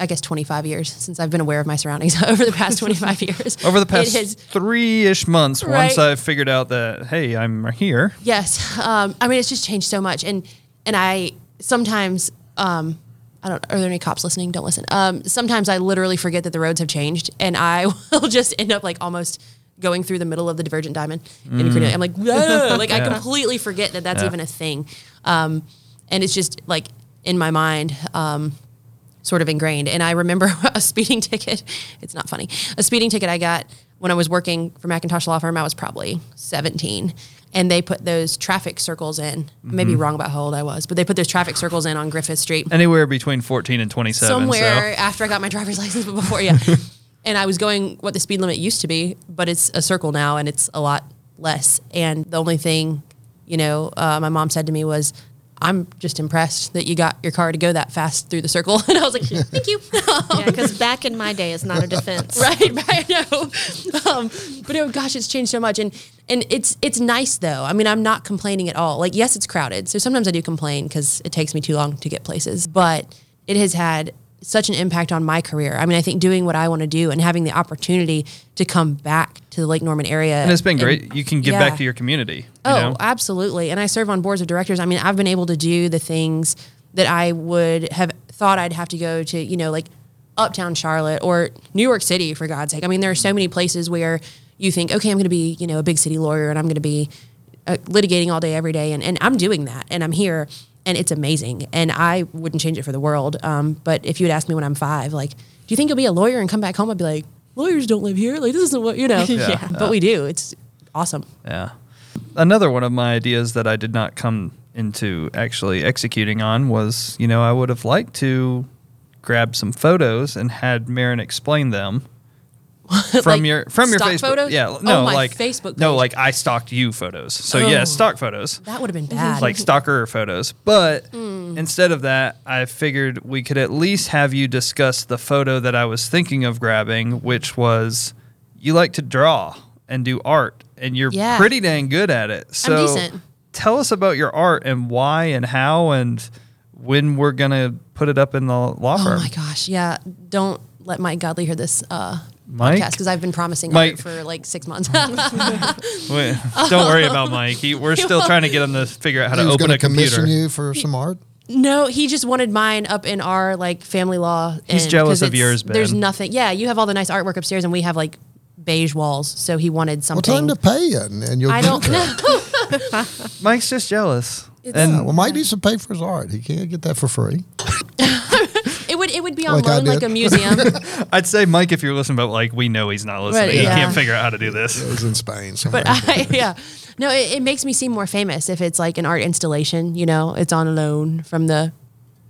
S4: I guess 25 years since I've been aware of my surroundings over the past 25 years.
S1: Over the
S4: it
S1: past
S4: has-
S1: three ish months, once
S4: Right.
S1: I figured out that hey, I'm here.
S4: yes. Um, I mean, it's just changed so much. And, and I sometimes, um, I don't, are there any cops listening? Don't listen. Um, sometimes I literally forget that the roads have changed and I will just end up like almost going through the middle of the divergent diamond in Cornelia. I'm like, whoa, like I completely forget that that's
S1: Yeah.
S4: even a thing. Um, and it's just like in my mind, um, sort of ingrained. And I remember a speeding ticket. It's not funny. A speeding ticket I got when I was working for Macintosh Law Firm. I was probably 17. And they put those traffic circles in. I may be wrong about how old I was, but they put those traffic circles in on Griffith Street
S1: Anywhere between 14 and 27.
S4: somewhere
S1: So.
S4: after I got my driver's license, but before, yeah. and I was going what the speed limit used to be, but it's a circle now and it's a lot less. And the only thing, you know, uh, my mom said to me was, I'm just impressed that you got your car to go that fast through the circle. And I was like, thank you.
S2: because back in my day, it's not a defense.
S4: right, right. No, um, but oh gosh, it's changed so much, and and it's it's nice though. I mean, I'm not complaining at all. Like, yes, it's crowded, so sometimes I do complain because it takes me too long to get places. But it has had such an impact on my career. I mean, I think doing what I want to do and having the opportunity to come back to the Lake Norman area
S1: And it's been great. You can give back
S4: yeah.
S1: to your community. You
S4: Oh,
S1: know?
S4: absolutely. And I serve on boards of directors. I mean, I've been able to do the things that I would have thought I'd have to go to, you know, like uptown Charlotte or New York City, for God's sake. I mean, there are so many places where you think, okay, I'm going to be, you know, a big city lawyer and I'm going to be uh, litigating all day, every day. And, and I'm doing that and I'm here and it's amazing. And I wouldn't change it for the world. Um, but if you had asked me when I'm five, like, do you think you'll be a lawyer and come back home? I'd be like, lawyers don't live here. Like, this isn't what, you know.
S1: Yeah.
S4: But we do. It's awesome.
S1: Yeah. Another one of my ideas that I did not come into actually executing on was, you know, I would have liked to grab some photos and had Marin explain them from
S4: Like
S1: your from your
S4: stock
S1: Facebook.
S4: photos?
S1: Yeah,
S4: Oh,
S1: no,
S4: my
S1: like
S4: Facebook
S1: No,
S4: page.
S1: like I stalked you photos. So
S4: Oh.
S1: yeah, stock photos.
S4: That would have been bad.
S1: like stalker photos. But
S4: Mm.
S1: instead of that, I figured we could at least have you discuss the photo that I was thinking of grabbing, which was you like to draw and do art, and you're
S4: Yeah.
S1: pretty dang good at it. So
S4: decent.
S1: tell us about your art and why and how and when we're gonna put it up in the law
S4: oh
S1: firm.
S4: my gosh, yeah. Don't let Mike Godley hear this uh,
S1: Mike?
S4: podcast because I've been promising
S1: Mike.
S4: art for like six months.
S1: Wait, don't worry about Mike. He, we're still trying to get him to figure out how
S5: He
S1: to
S5: was
S1: open
S5: going
S1: a
S5: to commission
S1: computer.
S5: you for some art.
S4: no, he just wanted mine up in our like family law.
S1: He's
S4: end,
S1: jealous
S4: 'cause
S1: of
S4: it's-
S1: yours, Ben.
S4: There's nothing. Yeah, you have all the nice artwork upstairs, and we have like beige walls. So he wanted
S5: Well,
S4: something.
S5: tell him to pay you, and, and you'll
S4: I
S5: get
S4: don't
S5: that.
S4: know.
S1: Mike's just jealous.
S5: Yeah, well, Mike needs to pay for his art. He can't get that for free.
S4: It would it would be on
S5: Like I
S4: loan like
S5: did.
S4: a museum.
S1: I'd say Mike, if you're listening, but like we know he's not listening. He
S4: yeah.
S1: can't figure out how to do this.
S5: It was in Spain somewhere.
S4: but I, yeah, no, it, it makes me seem more famous if it's like an art installation. You know, it's on loan from the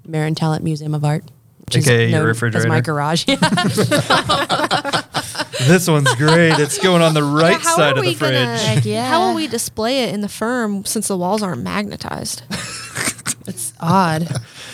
S4: Marin Talent Museum of Art. Which
S1: AKA your
S4: known As
S1: refrigerator.
S4: my garage. Yeah.
S1: This one's great. It's going on the right
S2: How
S1: side
S2: are
S1: of the
S2: we
S1: fridge.
S2: gonna?
S4: yeah.
S2: How will we display it in the firm since the walls aren't magnetized?
S4: It's odd.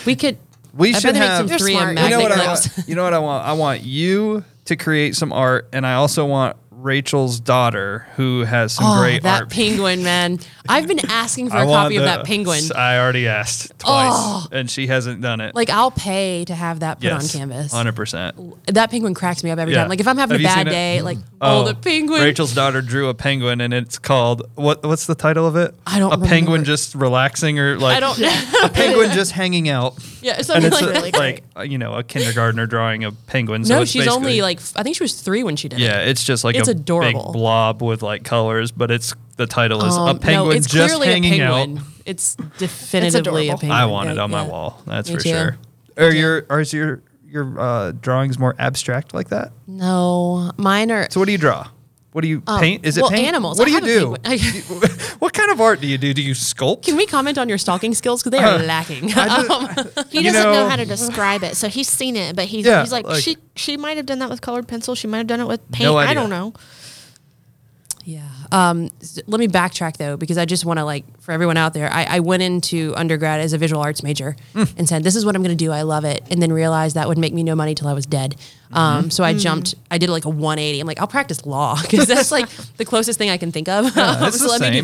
S4: We could.
S1: We
S4: I bet
S1: should
S4: they make
S1: have.
S4: some
S1: You
S2: They're
S4: three
S2: smart.
S4: M
S2: You
S1: know
S4: magnet
S1: what I
S4: clips.
S1: want? You know what I want? I want you to create some art, and I also want Rachel's daughter, who has some
S4: Oh,
S1: great
S4: that
S1: art.
S4: penguin man! I've been asking for
S1: I
S4: a
S1: want
S4: copy of
S1: the-
S4: that penguin. Oh.
S1: I already asked twice, and she hasn't done it.
S4: Like I'll pay to have that put on canvas.
S1: hundred percent.
S4: That penguin cracks me up every
S1: Yeah.
S4: time. Like if I'm
S1: Have
S4: having
S1: you
S4: a
S1: seen
S4: bad
S1: it? Mm-hmm.
S4: day, like oh, the penguin.
S1: Rachel's daughter drew a penguin, and it's called what? What's the title of it?
S4: I don't
S1: A penguin
S4: remember.
S1: just relaxing, or like
S4: I don't know.
S1: a penguin just hanging out.
S4: yeah,
S1: and
S4: something
S1: it's
S4: like
S1: a-
S4: that.
S1: like uh, you know a kindergartner drawing of penguins. so
S4: No,
S1: it's
S4: she's
S1: basically-
S4: only like f- I think she was three when she did
S1: yeah,
S4: it.
S1: it's just like
S4: It's
S1: a
S4: adorable.
S1: big blob with like colors, but it's the title is
S4: Um,
S1: a penguin
S4: no, it's
S1: just
S4: clearly
S1: hanging
S4: a
S1: out.
S4: penguin. It's definitively a
S2: adorable.
S4: penguin.
S1: I want it
S4: Yeah,
S1: on my
S4: yeah.
S1: wall. That's
S4: Me
S1: for
S4: too.
S1: sure. Are your are your your uh, drawings more abstract like that?
S4: No, mine are
S1: So what do you draw? What do you
S4: Um,
S1: paint? Is it
S4: well,
S1: paint?
S4: animals.
S1: What
S4: I
S1: do you do?
S4: haven't painted one.
S1: what kind of art do you do? Do you sculpt?
S4: Can we comment on your stalking skills because they are lacking?
S2: He
S1: You
S2: doesn't know,
S1: know-
S2: how to describe it, so he's seen it, but he's
S1: Yeah,
S2: he's like,
S1: like-
S2: she she might have done that with colored pencil, she might have done it with paint. I
S1: idea.
S2: don't know.
S4: Yeah. Um, s- let me backtrack though, because I just want to like for everyone out there, I, I went into undergrad as a visual arts major
S1: Hmm.
S4: and said, "This is what I'm going to do. I love it," and then realized that would make me no money till I was dead.
S1: Mm-hmm.
S4: Um, so I
S1: Hmm.
S4: jumped. I did like a 180. I'm like, I'll practice law because that's like the closest thing I can think of. Um,
S1: it's
S4: so
S1: the
S4: let me do
S1: same.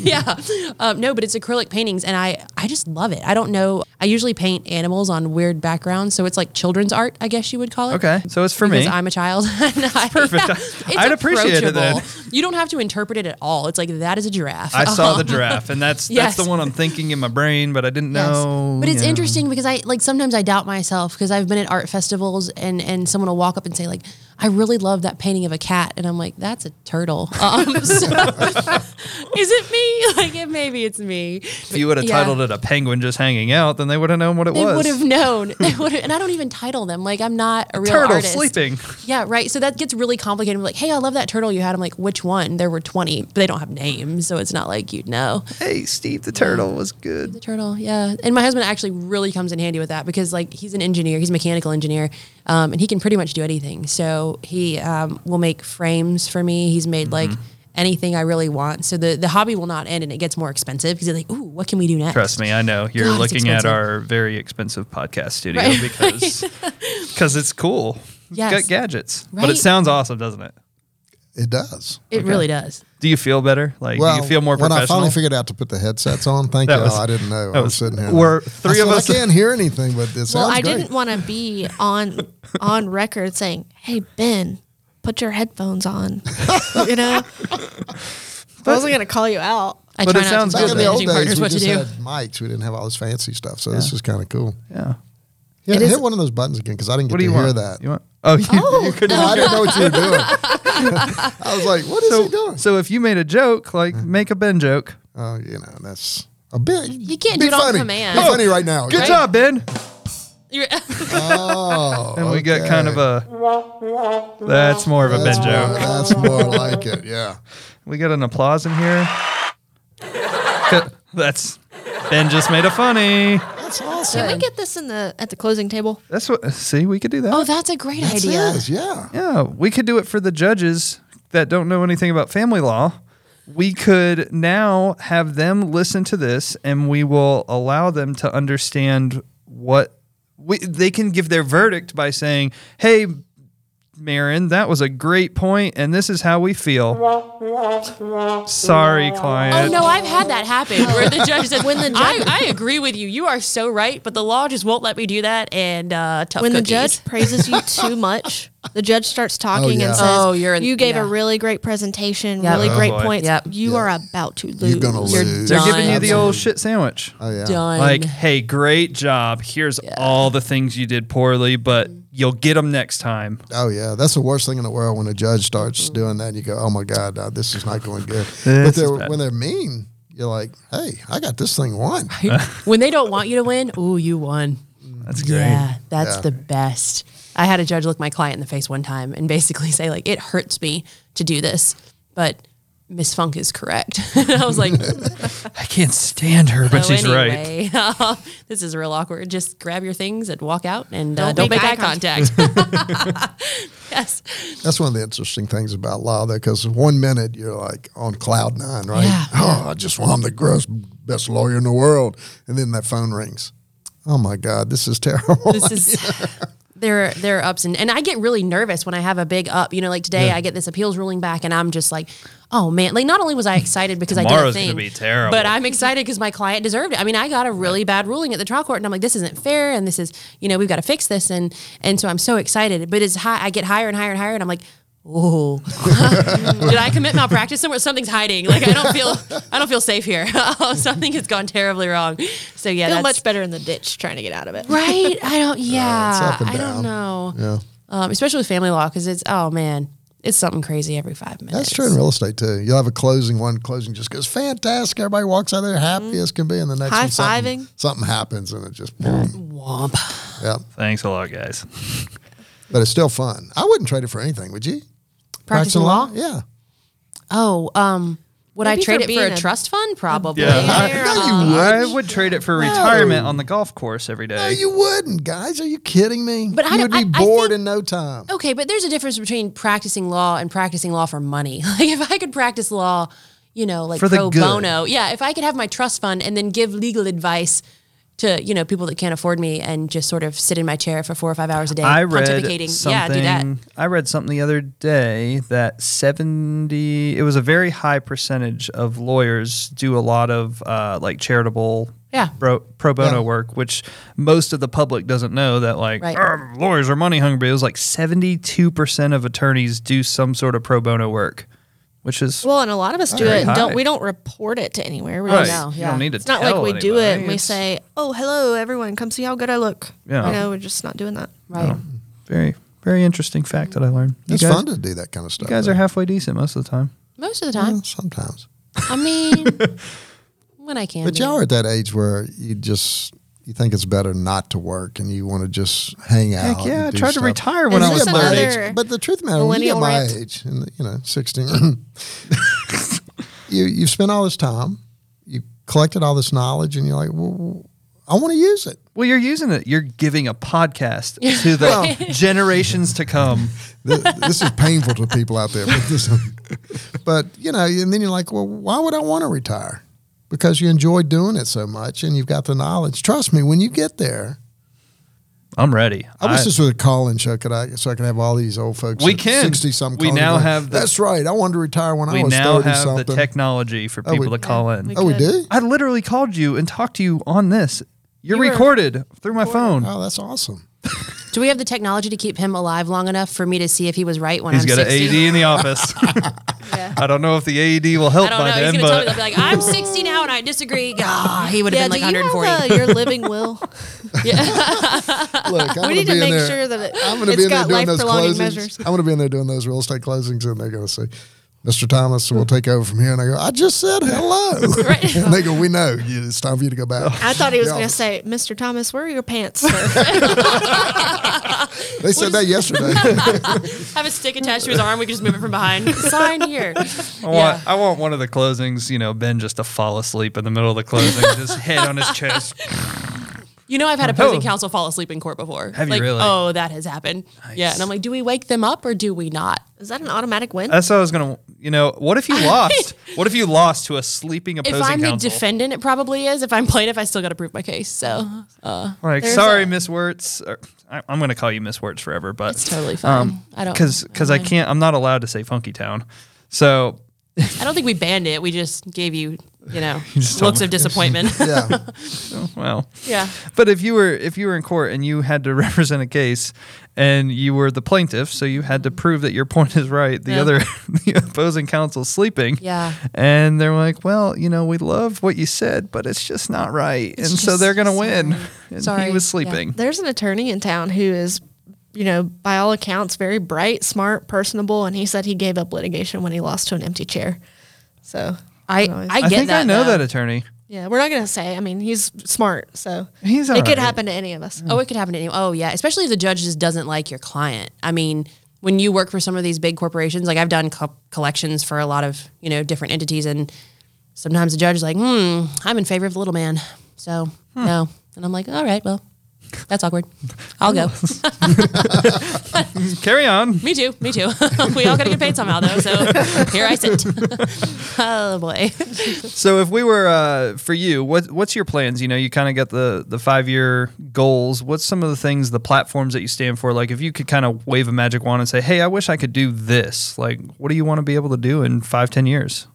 S4: yeah. Um, no, but it's acrylic paintings, and I I just love it. I don't know. I usually paint animals on weird backgrounds, so it's like children's art, I guess you would call it.
S1: Okay, so it's for
S4: because
S1: me.
S4: I'm a child. And I-
S1: perfect.
S4: yeah,
S1: I-
S4: it's
S1: I'd appreciate it then.
S4: approachable. You don't have to interpret it at all. It's like that is a giraffe. Oh,
S1: I saw the giraffe, and that's
S4: Uh-huh. yes.
S1: that's the one I'm thinking in my brain, but I didn't
S4: Yes.
S1: know.
S4: But it's
S1: you know.
S4: interesting because I like sometimes I doubt myself because I've been at art festivals and and someone will walk up and say like I really love that painting of a cat and I'm like that's a turtle. Um, so- is it me? Like it, maybe it's me.
S1: If you would have
S4: Yeah.
S1: titled it "A Penguin Just Hanging Out," then they would have known what it
S4: They
S1: was.
S4: would have known. They would and I don't even title them. Like I'm not a real
S1: Turtle
S4: artist.
S1: sleeping.
S4: Yeah, right. So that gets really complicated. We're like, hey, I love that turtle you had. I'm like, which one? There were 20, but they don't have names. So it's not like you'd know.
S1: Hey, Steve the turtle was good.
S4: The turtle, yeah. And my husband actually really comes in handy with that because, like, he's an engineer, he's a mechanical engineer, um, and he can pretty much do anything. So he um, will make frames for me. He's made, like,
S1: Mm-hmm.
S4: anything I really want. So the, the hobby will not end and it gets more expensive because they're like, ooh, what can we do next?
S1: Trust me, I know you're
S4: God, it's
S1: looking at
S4: expensive.
S1: our very expensive podcast studio
S4: Right.
S1: because because it's cool. It's
S4: Yes.
S1: got gadgets, but it
S4: Right?
S1: sounds awesome, doesn't it?
S5: It does.
S4: It really does.
S1: Do you feel better? Like, do you feel more
S5: when I
S1: professional?
S5: finally figured out to put the headsets on, thank
S1: That
S5: you.
S1: was-
S5: I didn't know.
S1: that
S5: I was
S1: was-
S5: sitting here.
S1: we're
S5: I
S1: three
S5: said,
S1: of us-
S5: I can't hear anything, but this
S2: Well,
S5: sounds
S2: I
S5: great.
S2: didn't want to be on on record saying, "Hey Ben, put your headphones on." you know, I wasn't gonna call you out.
S4: I
S1: But
S4: try
S1: it
S4: not
S1: sounds
S4: to
S1: good,
S5: Back
S4: tell
S5: in
S1: though.
S5: the old
S4: managing partners
S5: days, we
S4: what to
S5: just
S4: do.
S5: had mics. We didn't have all this fancy stuff, so this is kind of cool.
S1: yeah.
S5: Yeah,
S4: It
S5: hit
S4: is-
S5: one of those buttons again because I didn't get
S1: What do
S5: to
S1: you
S5: hear
S1: want?
S5: that.
S1: You want? Oh, you, you couldn't
S5: No, I didn't know what you were doing. I was like, "What is he
S1: so,
S5: doing?"
S1: so if you made a joke, like make a Ben joke.
S5: oh, you know, that's a bit.
S4: You can't do
S5: be
S4: it on
S5: funny.
S4: command.
S5: Be
S4: Oh,
S5: funny right now.
S1: Good
S5: Yeah.
S1: job, Ben.
S4: You're-
S5: Oh,
S1: And we got
S5: okay.
S1: kind of a. That's more of a Ben
S5: That's more-
S1: joke.
S5: That's more like it. Yeah.
S1: We got an applause in here. Cut- That's Ben just made a funny.
S5: That's awesome.
S2: Can we get this in the at the closing table?
S1: That's what. See, we could do that.
S4: oh, that's a great
S5: That's
S4: idea.
S5: it, yeah.
S1: Yeah, we could do it for the judges that don't know anything about family law. We could now have them listen to this and we will allow them to understand what we, they can give their verdict by saying, hey, Marin, that was a great point, and this is how we feel. Sorry,
S4: Oh
S1: client.
S4: no, I've had that happen where the judge said, "When the judge, I, I agree with you. You are so right, but the law just won't let me do that." And uh, tough
S2: When the
S4: cookies.
S2: judge praises you too much, the judge starts talking
S5: yeah.
S2: and says,
S4: Oh, you're in-
S2: "You gave
S4: yeah.
S2: a really great presentation,
S4: Yep.
S2: really
S4: Oh,
S2: great
S1: boy.
S2: points.
S4: Yep.
S2: You are about to lose.
S5: You're gonna lose.
S1: They're
S4: done.
S1: giving you the old shit sandwich.
S5: Oh yeah.
S4: done,
S1: Like, hey, great job. Here's all the things you did poorly, but you'll get them next time.
S5: Oh yeah. That's the worst thing in the world when a judge starts doing that. and You go, "Oh my god, uh, this is not going good." but they're,
S1: bad.
S5: when they're mean, you're like, "Hey, I got this thing won."
S1: uh,
S4: when they don't want you to win, ooh, you won.
S1: That's great.
S4: Yeah, that's
S5: Yeah.
S4: the best. I had a judge look my client in the face one time and basically say, "Like it hurts me to do this, but." Miss Funk is correct. And I was like,
S1: I can't stand her, but
S4: "Oh,
S1: she's right.
S4: anyway, this is real awkward. Just grab your things and walk out and uh, don't make eye contact. yes.
S5: That's one of the interesting things about law, though, because one minute you're like on cloud nine, right?
S4: Yeah.
S5: Oh, I just want the gross best lawyer in the world, and then that phone rings. Oh my God, this is terrible.
S4: this is there there are ups and and I get really nervous when I have a big up. You know, like today I get this appeals ruling back, and I'm just like, oh man! Like not only was I excited because I did a
S1: Tomorrow's
S4: thing,
S1: gonna be terrible.
S4: but I'm excited because my client deserved it. I mean, I got a really bad ruling at the trial court, and I'm like, this isn't fair, and this is you know we've got to fix this, and and so I'm so excited. But as high, I get higher and higher and higher, and I'm like. Oh, did I commit malpractice somewhere? Something's hiding. Like I don't feel, I don't feel safe here. Something has gone terribly wrong. So yeah,
S2: Feel
S4: that's
S2: much better in the ditch trying to get out of it.
S4: right? I don't. Yeah,
S5: up and
S4: I don't
S5: down.
S4: know.
S5: yeah.
S4: Um, especially with family law, because it's oh man, it's something crazy every five minutes.
S5: That's true in real estate, too. You'll have a closing, one closing just goes fantastic. Everybody walks out of there happy as can be, and the next one, something,
S2: High-fiving.
S5: something happens, and it just,
S4: Womp.
S5: Yeah.
S1: Thanks a lot, guys.
S5: But it's still fun. I wouldn't trade it for anything, would you?
S4: Practicing law?
S5: Yeah.
S4: Oh, um, would
S2: Maybe
S4: I trade
S2: for
S4: it for
S2: being
S4: a
S2: a-
S4: trust fund? Probably.
S1: Yeah.
S5: I- no, you
S1: I
S5: wouldn't.
S1: would trade it for retirement on the golf course every
S5: No,
S1: day.
S5: you wouldn't, guys. Are you kidding me?
S4: But I
S5: you would
S4: don't-
S5: be
S4: I- I
S5: bored
S4: think-
S5: in no time.
S1: Oh.
S4: Okay, but there's a difference between practicing law and practicing law for money. Like if I could practice law, you know, like
S1: For the
S4: pro
S1: good.
S4: bono. Yeah, if I could have my trust fund and then give legal advice to, you know, people that can't afford me and just sort of sit in my chair for 4 or 5 hours a day
S1: I read
S4: pontificating.
S1: something.
S4: Yeah, do that.
S1: I read something the other day that seventy. It was a very high percentage of lawyers do a lot of uh, like charitable,
S4: Yeah.
S1: pro, pro bono work, which most of the public doesn't know that like
S4: Right.
S1: "Arr, lawyers are money hungry. It was like seventy-two percent of attorneys do some sort of pro bono work, which is
S2: Well, and a lot of us do
S1: Very
S2: it. And
S1: high.
S2: don't we don't report it to anywhere. We
S1: right.
S2: don't know.
S1: You
S4: yeah.
S1: don't need to.
S2: It's not like
S1: tell
S2: we do it
S1: anybody.
S2: and we
S1: It's
S2: say, "Oh, hello, everyone, come see how good I look."
S1: Yeah.
S2: You know, we're just not doing that.
S4: Right.
S1: very very interesting fact that I learned. You
S5: It's
S1: guys,
S5: fun to do that kind of stuff.
S1: You guys are halfway decent most of the time.
S4: Most of the
S5: Well,
S4: time.
S5: sometimes.
S4: I mean, when I can.
S5: But
S4: do
S5: y'all
S4: it.
S5: are at that age where you just you think it's better not to work and you want to just hang out.
S1: Heck yeah! I
S5: and do
S1: tried to
S5: stuff.
S1: retire when
S2: Is
S1: I was
S2: this
S5: But-
S1: thirty.
S2: another-
S5: But the truth of the matter, when you get
S2: millennial
S5: my
S2: rant.
S5: age, and you know, sixteen, you you've spent all this time, you collected all this knowledge, and you're like, well, I want to use it.
S1: Well, you're using it. You're giving a podcast to the generations to come.
S5: Th- this is painful to people out there. But, this, but you know, and then you're like, well, why would I want to retire? Because you enjoy doing it so much, and you've got the knowledge. Trust me, when you get there,
S1: I'm ready.
S5: I wish
S1: I-
S5: this was a call-in show. Could I? So I can have all these old folks.
S1: We
S5: at
S1: can.
S5: sixty something.
S1: We now have the-
S5: That's right. I wanted to retire when
S1: we
S5: I was
S1: now
S5: thirty
S1: have
S5: something.
S1: the technology for people
S5: we-
S1: to call in.
S2: we
S5: oh, we
S2: Good.
S5: do.
S1: I literally called you and talked to you on this. You're
S2: You were
S1: recorded through my phone.
S5: Oh, that's awesome.
S4: Do we have the technology to keep him alive long enough for me to see if he was right when
S1: He's
S4: I'm
S1: got
S4: 60?
S1: an AED in the office.
S2: Yeah.
S1: I don't know if the AED will help
S4: I don't
S1: by
S4: know. He's
S1: then,
S4: gonna tell
S1: but
S4: me they'll be like, "I'm 60 now and I disagree." Ah, he would have been like
S2: do you have,
S4: 140.
S2: uh, your living will?
S5: Look, I'm
S2: we need to
S5: gonna be in
S2: make
S5: there-
S2: sure that it,
S5: I'm going to
S2: it's
S5: be in there
S2: got
S5: doing
S2: life
S5: those
S2: prolonging
S5: closings.
S2: measures.
S5: I'm going to be in there doing those real estate closings, and they're going to say, "Mr. Thomas, we'll take over from here." And I go, "I just said hello,"
S4: Right.
S5: and they go, "We know You- it's time for you to go back."
S2: I thought he was
S5: Yeah.
S2: going to say, "Mr. Thomas, where are your pants?" Sir?
S5: They said that yesterday.
S4: have a stick attached to his arm. We can just move it from behind. Sign here.
S1: I want I want one of the closings. You know, Ben just to fall asleep in the middle of the closing, his head on his chest.
S4: You know, I've had opposing
S1: Oh.
S4: counsel fall asleep in court before.
S1: Have you
S4: like,
S1: really?
S4: Oh, that has happened. Yeah, and I'm like, do we wake them up or do we not?
S2: Is that an automatic win?
S1: That's what I was gonna. You know, what if you lost? what if you lost to a sleeping
S4: If
S1: opposing
S4: I'm
S1: counsel?
S4: the defendant, it probably is. If I'm plaintiff, I still got to prove my case. So
S1: Uh-huh. Like,
S4: There's
S1: sorry,
S4: a-
S1: Miss Wirtz. Or, I, I'm going to call you Miss Wirtz forever, but
S4: it's totally fine.
S1: Um,
S4: I don't
S1: because because I can't. I'm not allowed to say Funky Town. So
S4: I don't think we banned it. We just gave you, you know,
S1: just told
S4: looks of disappointment.
S5: yeah,
S1: well,
S4: yeah.
S1: but if you were if you were in court and you had to represent a case, and you were the plaintiff, so you had to prove that your point is right. The
S4: Mm-hmm. Yeah.
S1: other the opposing counsel's sleeping.
S4: Yeah.
S1: And they're like, well, you know, we love what you said, but it's just not right. and so
S4: just-
S1: they're going to win. And
S4: Sorry.
S1: he was
S4: Yeah.
S1: sleeping.
S2: There's an attorney in town who is, you know, by all accounts, very bright, smart, personable, and he said he gave up litigation when he lost to an empty chair. So
S4: I,
S2: always-
S4: I
S1: I
S4: get
S1: think
S4: that.
S1: I know
S4: though.
S1: that attorney.
S2: yeah, we're not going to say. I mean, he's smart, so
S1: He's
S2: it
S1: all
S2: could
S1: right.
S2: happen to any of us.
S4: Oh, it could happen to anyone. Oh, yeah. Especially if the judge just doesn't like your client. I mean, when you work for some of these big corporations, like I've done co- collections for a lot of, you know, different entities, and sometimes the judge is like, hmm, I'm in favor of the little man. So,
S1: Hmm.
S4: no. And I'm like, all right, well, that's awkward. I'll go.
S1: Carry on.
S4: me too. Me too. we all got to get paid somehow, though. So here I sit. oh, boy.
S1: So if we were uh, for you, what what's your plans? You know, you kind of got the the five year goals. What's some of the things, the platforms that you stand for? Like, if you could kind of wave a magic wand and say, "Hey, I wish I could do this." Like, what do you want to be able to do in five, ten years?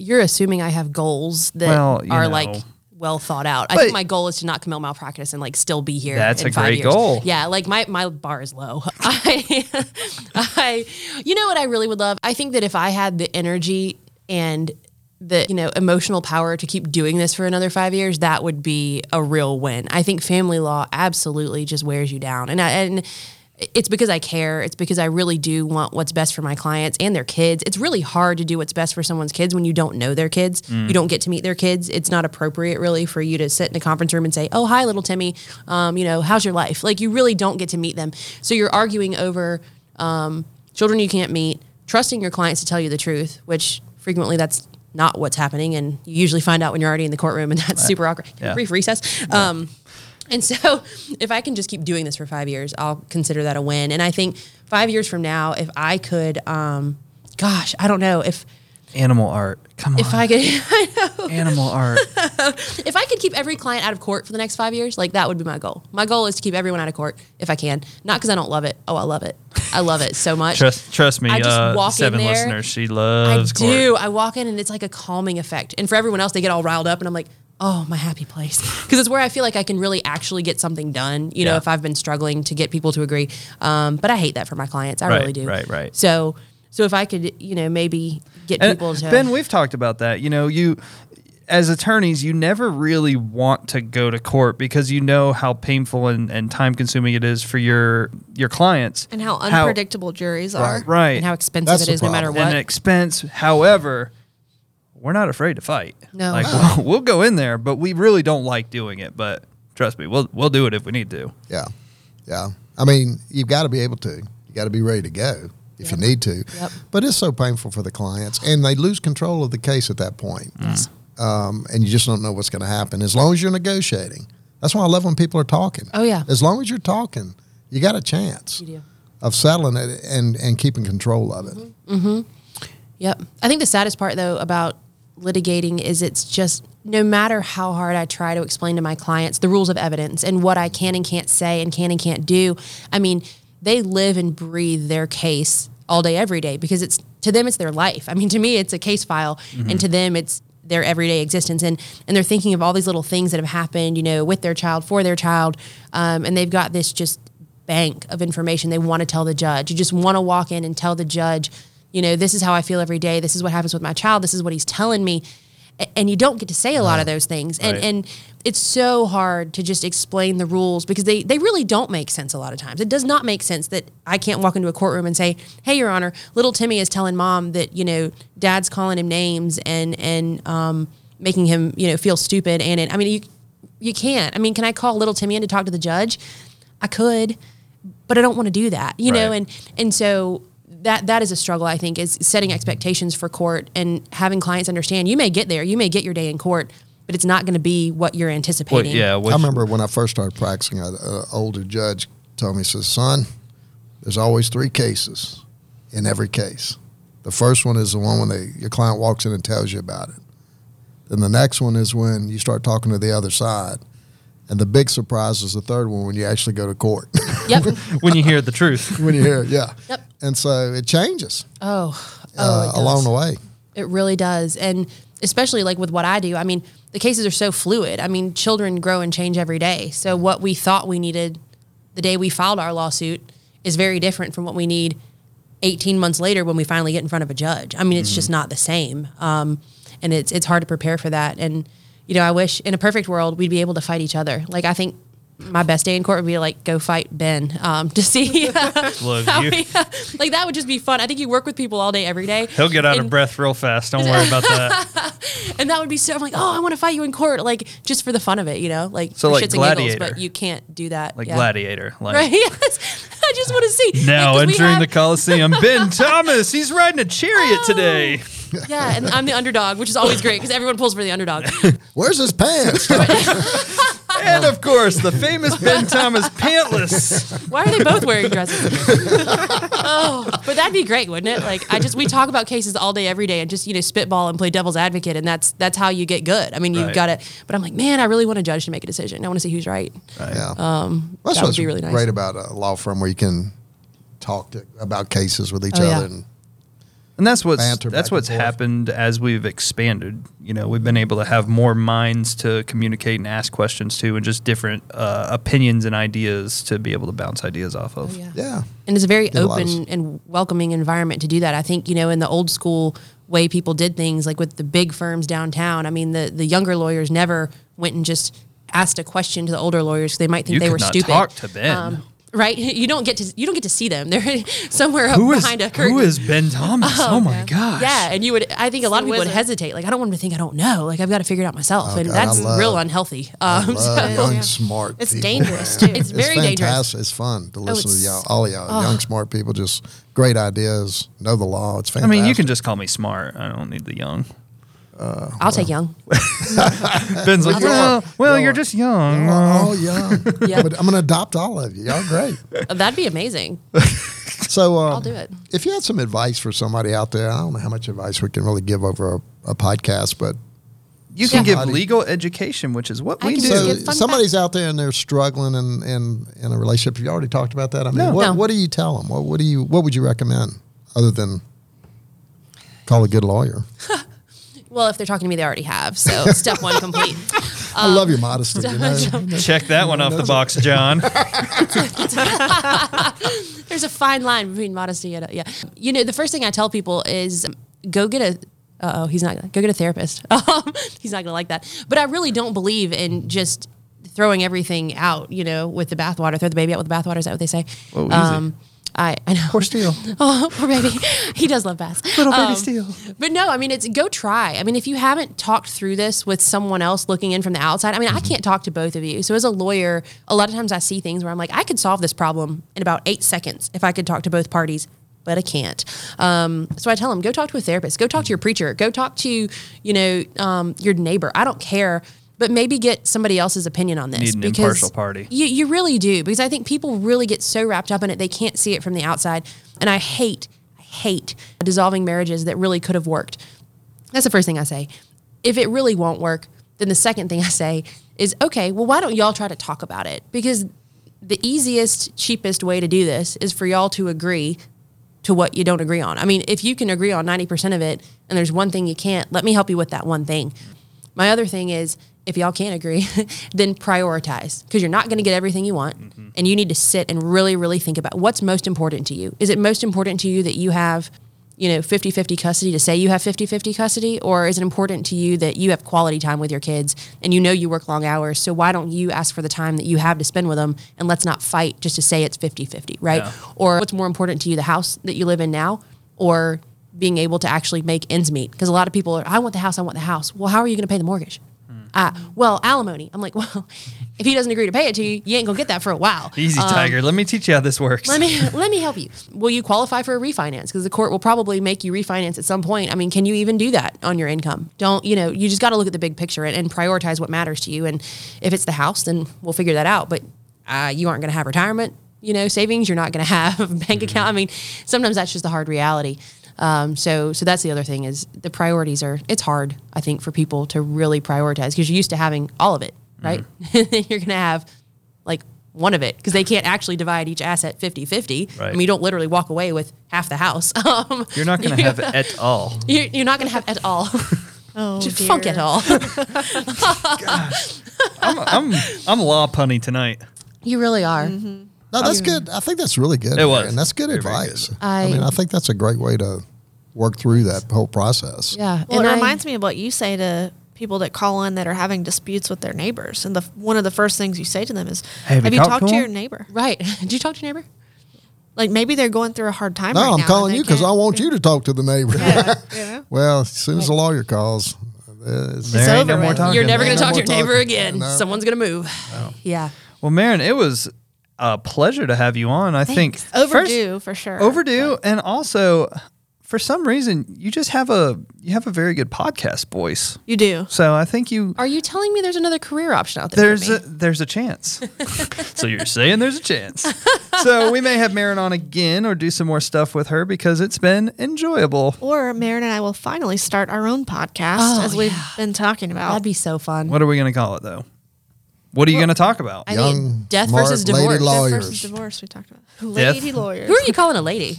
S4: You're assuming I have goals that
S1: Well, you
S4: are
S1: know.
S4: like well thought out. I
S1: But-
S4: think my goal is to not commit malpractice and like still be here.
S1: That's
S4: in
S1: a
S4: five
S1: great
S4: years.
S1: goal.
S4: Yeah, like my my bar is low. I, I, you know what I really would love. I think that if I had the energy and the you know emotional power to keep doing this for another five years, that would be a real win. I think family law absolutely just wears you down, and I, and it's because I care. It's because I really do want what's best for my clients and their kids. It's really hard to do what's best for someone's kids when you don't know their kids. You don't get to meet their kids. It's not appropriate, really, for you to sit in a conference room and say, "Oh, hi, little Timmy. Um, you know, how's your life?" Like you really don't get to meet them. So you're arguing over um, children you can't meet, trusting your clients to tell you the truth, which frequently that's not what's happening, and you usually find out when you're already in the courtroom, and that's super awkward.
S1: Yeah.
S4: Brief recess. Um, and so, if I can just keep doing this for five years, I'll consider that a win. And I think five years from now, if I could, um, gosh, I don't know if
S6: Animal art. Come on.
S4: if I could
S6: Animal art.
S4: if I could keep every client out of court for the next five years, like that would be my goal. My goal is to keep everyone out of court if I can, not because I don't love it. Oh, I love it. I love it so much.
S1: Trust, trust me,
S4: I just
S1: uh,
S4: walk in
S1: seven
S4: there.
S1: listeners. She
S4: I
S1: loves court.
S4: do. I walk in and it's like a calming effect. And for everyone else, they get all riled up, and I'm like, oh, my happy place, because it's where I feel like I can really actually get something done. You know,
S1: Yeah.
S4: if I've been struggling to get people to agree, um, but I hate that for my clients. I
S1: Right,
S4: really do.
S1: right, right.
S4: So, so if I could, you know, maybe get
S1: And
S4: people to
S1: ben, we've talked about that. You know, you as attorneys, you never really want to go to court because you know how painful and, and time consuming it is for your your clients
S2: and how unpredictable juries are.
S1: right
S4: and how expensive
S5: That's
S4: it
S5: the
S4: is, no matter
S5: problem.
S4: what.
S1: an expense. However, we're not afraid to fight.
S4: No.
S1: like
S4: No.
S1: We'll, we'll go in there, but we really don't like doing it. But trust me, we'll we'll do it if we need to.
S5: Yeah. Yeah. I mean, you've got to be able to. You got to be ready to go if you need to.
S4: Yep.
S5: But it's so painful for the clients, and they lose control of the case at that point. Um, and you just don't know what's going to happen as long as you're negotiating. That's why I love when people are talking.
S4: Oh, yeah.
S5: As long as you're talking, you got a chance
S4: You do. Mm-hmm.
S5: of settling it and, and keeping control of it.
S4: Yep. I think the saddest part though about litigating is it's just no matter how hard I try to explain to my clients the rules of evidence and what I can and can't say and can and can't do, I mean, they live and breathe their case all day every day because it's to them it's their life. I mean, to me it's a case file and to them it's their everyday existence and and they're thinking of all these little things that have happened, you know, with their child, for their child. Um, and they've got this just bank of information they want to tell the judge. You just want to walk in and tell the judge, you know, this is how I feel every day. This is what happens with my child. This is what he's telling me. A- And you don't get to say a lot of those things. And,
S1: Right.
S4: and it's so hard to just explain the rules because they, they really don't make sense a lot of times. It does not make sense that I can't walk into a courtroom and say, hey, Your Honor, little Timmy is telling mom that, you know, dad's calling him names and, and, um, making him, you know, feel stupid. And it, I mean, you, you can't. I mean, can I call little Timmy in to talk to the judge? I could, but I don't want to do that, you know.
S1: Right.
S4: And and so that that is a struggle. I think is setting expectations for court and having clients understand. You may get there, you may get your day in court, but it's not going to be what you're
S1: Well,
S4: anticipating.
S1: yeah,
S5: I
S1: which-
S5: remember when I first started practicing, an older judge told me, he says, son, there's always three cases in every case. The first one is the one when they, your client walks in and tells you about it. Then the next one is when you start talking to the other side. And the big surprise is the third one when you actually go to court.
S4: Yep.
S1: when you hear the truth.
S5: when you hear it, yeah.
S4: Yep.
S5: And so it changes
S4: oh. Oh.
S5: uh,
S4: it does.
S5: along the way.
S4: It really does. And especially like with what I do, I mean, the cases are so fluid. I mean, children grow and change every day. So what we thought we needed the day we filed our lawsuit is very different from what we need 18 months later when we finally get in front of a judge. I mean, it's
S1: Mm-hmm.
S4: just not the same. Um, and it's it's hard to prepare for that. And you know, I wish in a perfect world we'd be able to fight each other. Like I think my best day in court would be to like go fight Ben um, to see.
S1: Look,
S4: how
S1: you,
S4: we- like that would just be fun. I think you work with people all day, every day.
S1: he'll get out of
S4: And-
S1: breath real fast. Don't worry about that.
S4: and that would be so. I'm like, oh, I want to fight you in court, like just for the fun of it, you know, like
S1: So,
S4: for
S1: like,
S4: shits and giggles.
S1: Gladiator.
S4: But you can't do that,
S1: Like
S4: yeah.
S1: gladiator, like
S4: right? Yes, I just want to see
S1: now
S4: Like, 'cause we
S1: entering the
S4: had-
S1: Coliseum. Ben Thomas, he's riding a
S4: Oh,
S1: chariot today.
S4: Yeah, and I'm the underdog, which is always great because everyone pulls for the underdog.
S5: Where's his pants?
S1: And of course, the famous Ben Thomas pantless.
S4: Why are they both wearing dresses? oh, but that'd be great, wouldn't it? Like I just we talk about cases all day, every day, and just you know spitball and play devil's advocate, and that's that's how you get good. I mean, you've
S1: Right.
S4: got to. But I'm like, man, I really want a judge to make a decision. I want to see who's right.
S5: Yeah.
S4: Um, That
S5: That's
S4: would
S5: what's
S4: be really nice.
S5: great about a law firm where you can talk to, about cases with each
S4: Oh, yeah.
S5: other. And
S1: And that's what's
S5: Banter back
S1: that's
S5: and
S1: what's
S5: forth.
S1: happened as we've expanded. You know, we've been able to have more minds to communicate and ask questions to, and just different uh, opinions and ideas to be able to bounce ideas off of.
S4: Oh,
S5: yeah,
S4: and it's a very
S5: a lot of
S4: open and welcoming environment to do that. I think you know in the old school way people did things, like with the big firms downtown. I mean, the the younger lawyers never went and just asked a question to the older lawyers. 'cause They might think
S1: You
S4: they
S1: could
S4: were
S1: not
S4: stupid. Um,
S1: talk to Ben.
S4: right? You don't get to you don't get to see them. They're somewhere up
S6: Who is
S4: behind a curtain.
S6: who is Ben Thomas? Oh, my gosh!
S4: Yeah, and you would. I think a lot
S2: the
S4: of people would
S2: wizard.
S4: hesitate. Like, I don't want them to think I don't know. Like, I've got to figure it out myself, and
S5: God, I
S4: that's
S5: love-
S4: real unhealthy. Um,
S5: Love young,
S2: yeah.
S5: smart.
S2: It's
S5: people,
S2: dangerous,
S5: man.
S2: too. It's
S4: very dangerous. Oh,
S5: fantastic. It's fun to listen
S4: it's-
S5: to y'all, all of y'all, young smart people. Just great ideas, know the law. It's
S6: I
S5: fantastic.
S6: mean, you can just call me smart. I don't need the young.
S4: I'll take young.
S6: Ben's like, well, well, you're just young.
S5: Y'all are all young.
S4: Yeah.
S5: Oh, I'm gonna- I'm going to adopt all of you. Y'all great.
S4: That'd be amazing.
S5: So um,
S4: do it.
S5: If you had some advice for somebody out there, I don't know how much advice we can really give over a, a podcast, but
S6: You can give
S5: Somebody-
S6: legal education, which is what
S4: I
S6: we
S4: can
S6: do.
S4: just
S5: so
S4: give fun
S5: somebody's out there and they're struggling in, in, in a relationship. You already talked about that. I mean,
S6: No.
S5: what,
S4: No.
S5: what do you tell them? What, what do you What would you recommend other than call a good lawyer?
S4: Well, if they're talking to me, they already have. So step one complete.
S2: Um,
S5: I love your modesty. You know?
S6: Check that one off the box, John.
S4: There's a fine line between modesty and uh, yeah. You know, the first thing I tell people is um, go get a. Uh oh, he's not gonna go get a therapist. Um, he's not gonna like that. But I really don't believe in just throwing everything out. You know, with the bathwater, throw the baby out with the bathwater. Is that what they say? Um,
S1: Oh, easy.
S4: I I know.
S5: Poor Steele.
S4: Oh, poor baby. he does love baths. Little baby steel. But no, I mean, it's go try. I mean, if you haven't talked through this with someone else looking in from the outside, I mean,
S6: Mm-hmm.
S4: I can't talk to both of you. So as a lawyer, a lot of times I see things where I'm like, I could solve this problem in about eight seconds if I could talk to both parties. But I can't. Um, so I tell them, go talk to a therapist, go talk to your preacher, go talk to, you know, um, your neighbor. I don't care, but maybe get somebody else's opinion on this.
S6: Need an
S4: because
S6: impartial party.
S4: you, you really do because I think people really get so wrapped up in it they can't see it from the outside. And I hate, I hate dissolving marriages that really could have worked. That's the first thing I say. If it really won't work, then the second thing I say is, okay, well, why don't y'all try to talk about it? Because the easiest, cheapest way to do this is for y'all to agree to what you don't agree on. I mean, if you can agree on 90% of it and there's one thing you can't, let me help you with that one thing. My other thing is if y'all can't agree, then prioritize because you're not going to get everything you want. And you need to sit and really, really think about what's most important to you. Is it most important to you that you have, you know, 50 50 custody to say you have 50 50 custody? Or is it important to you that you have quality time with your kids and you know you work long hours? So why don't you ask for the time that you have to spend with them and let's not fight just to say it's 50 50, right?
S6: Yeah.
S4: Or what's more important to you, the house that you live in now or being able to actually make ends meet. Because a lot of people are, I want the house, I want the house. Well, how are you going to pay the mortgage? Uh, well, alimony. I'm like, well, if he doesn't agree to pay it to you, you ain't gonna get that for a while.
S6: Easy, Tiger. Let me teach you how this works.
S4: Um, Let me let me help you. Will you qualify for a refinance? Because the court will probably make you refinance at some point. I mean, can you even do that on your income? Don't you know? You just got to look at the big picture and, and prioritize what matters to you. And if it's the house, then we'll figure that out. But uh, you aren't going to have retirement, you know, savings. You're not going to have bank account. I mean, sometimes that's just the hard reality. Um, so so that's the other thing is the priorities are. It's hard, I think, for people to really prioritize because you're used to having all of it, right? And then you're going to have like one of it because they can't actually divide each asset 50 50. I
S6: Right.
S4: mean, you don't literally walk away with half the house. Um,
S6: You're not going to have it at all.
S4: you're, you're not going to have at all,
S2: Oh, dear.
S4: funk at all.
S6: I'm, I'm, I'm law punny tonight.
S4: you really are.
S5: No, that's good. I think that's really good.
S6: It was.
S5: And that's good
S6: Very, very
S5: advice.
S6: good.
S5: I,
S4: I-
S5: mean, I think that's a great way to work through that whole process.
S4: Yeah.
S2: Well, it
S4: I-
S2: reminds me of what you say to people that call in that are having disputes with their neighbors, and the one of the first things you say to them is,
S1: Have you
S2: "Have, you
S1: talked
S2: talked
S1: to
S2: to,
S1: 'em?"
S2: your neighbor?
S4: Right. Did you talk to your neighbor?
S2: Like maybe they're going through a hard time."
S5: No,
S2: right
S5: I'm
S2: now
S5: calling
S2: and
S5: you
S2: they
S5: because I
S2: can't-
S5: want you to talk to the neighbor.
S2: Yeah, you know?
S5: well, as soon as the lawyer calls, uh, it's-
S6: There ain't
S2: over
S6: no more
S2: with.
S6: talking.
S4: You're never going to
S5: No
S4: talk to
S5: more
S4: your neighbor
S5: talking.
S4: again.
S5: No.
S4: Someone's going to move. Yeah.
S6: Well, Marin, it was a pleasure to have you on. I think
S2: overdue for sure.
S6: first, overdue, and also for some reason you just have a you have a very good podcast voice.
S2: you do.
S6: So I think you
S4: Are you telling me there's another career option out there? for
S6: there's
S4: me?
S6: a there's a chance. so you're saying there's a chance. so we may have Marin on again or do some more stuff with her because it's been enjoyable.
S2: Or Marin and I will finally start our own podcast
S4: Oh,
S2: as we've been talking about.
S4: That'd be so fun.
S6: What are we going to call it though? What are you going to talk about?
S4: I
S5: Young,
S4: mean, death
S5: smart
S4: versus
S5: lady
S4: divorce.
S5: law-
S2: Death
S5: lawyers.
S2: versus divorce we talked about. Lady lawyers.
S4: Who are you calling a lady?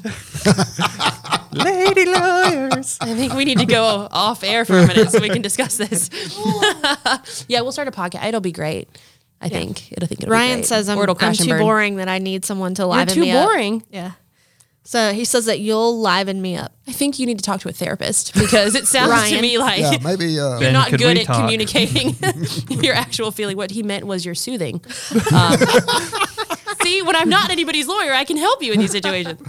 S6: Lady lawyers.
S4: I think we need to go off air for a minute so we can discuss this. yeah, we'll start a podcast. It'll be great. I think. It'll think it'll be
S2: Ryan
S4: great.
S2: says I'm,
S4: Or it'll
S2: I'm
S4: crash and
S2: too
S4: burn.
S2: boring that I need someone to
S4: You're
S2: liven
S4: too
S2: me up.
S4: boring.
S2: Yeah. So he says that you'll liven me up.
S4: I think you need to talk to a therapist because it sounds to
S2: Ryan.
S4: me like
S5: Yeah, maybe. Uh,
S4: you're
S6: Ben,
S4: not
S6: could
S4: good
S6: we
S4: at
S6: talk?
S4: communicating your actual feeling. What he meant was you're soothing. Um, see, see, when I'm not anybody's lawyer, I can help you in these situations.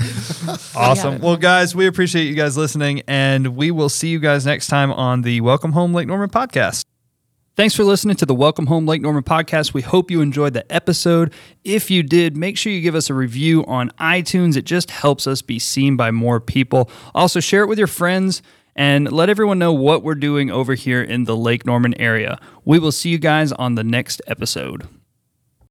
S1: Awesome. Well, guys, we appreciate you guys listening, and we will see you guys next time on the Welcome Home Lake Norman podcast. Thanks for listening to the Welcome Home Lake Norman podcast. We hope you enjoyed the episode. If you did, make sure you give us a review on iTunes. It just helps us be seen by more people. Also, share it with your friends and let everyone know what we're doing over here in the Lake Norman area. We will see you guys on the next episode.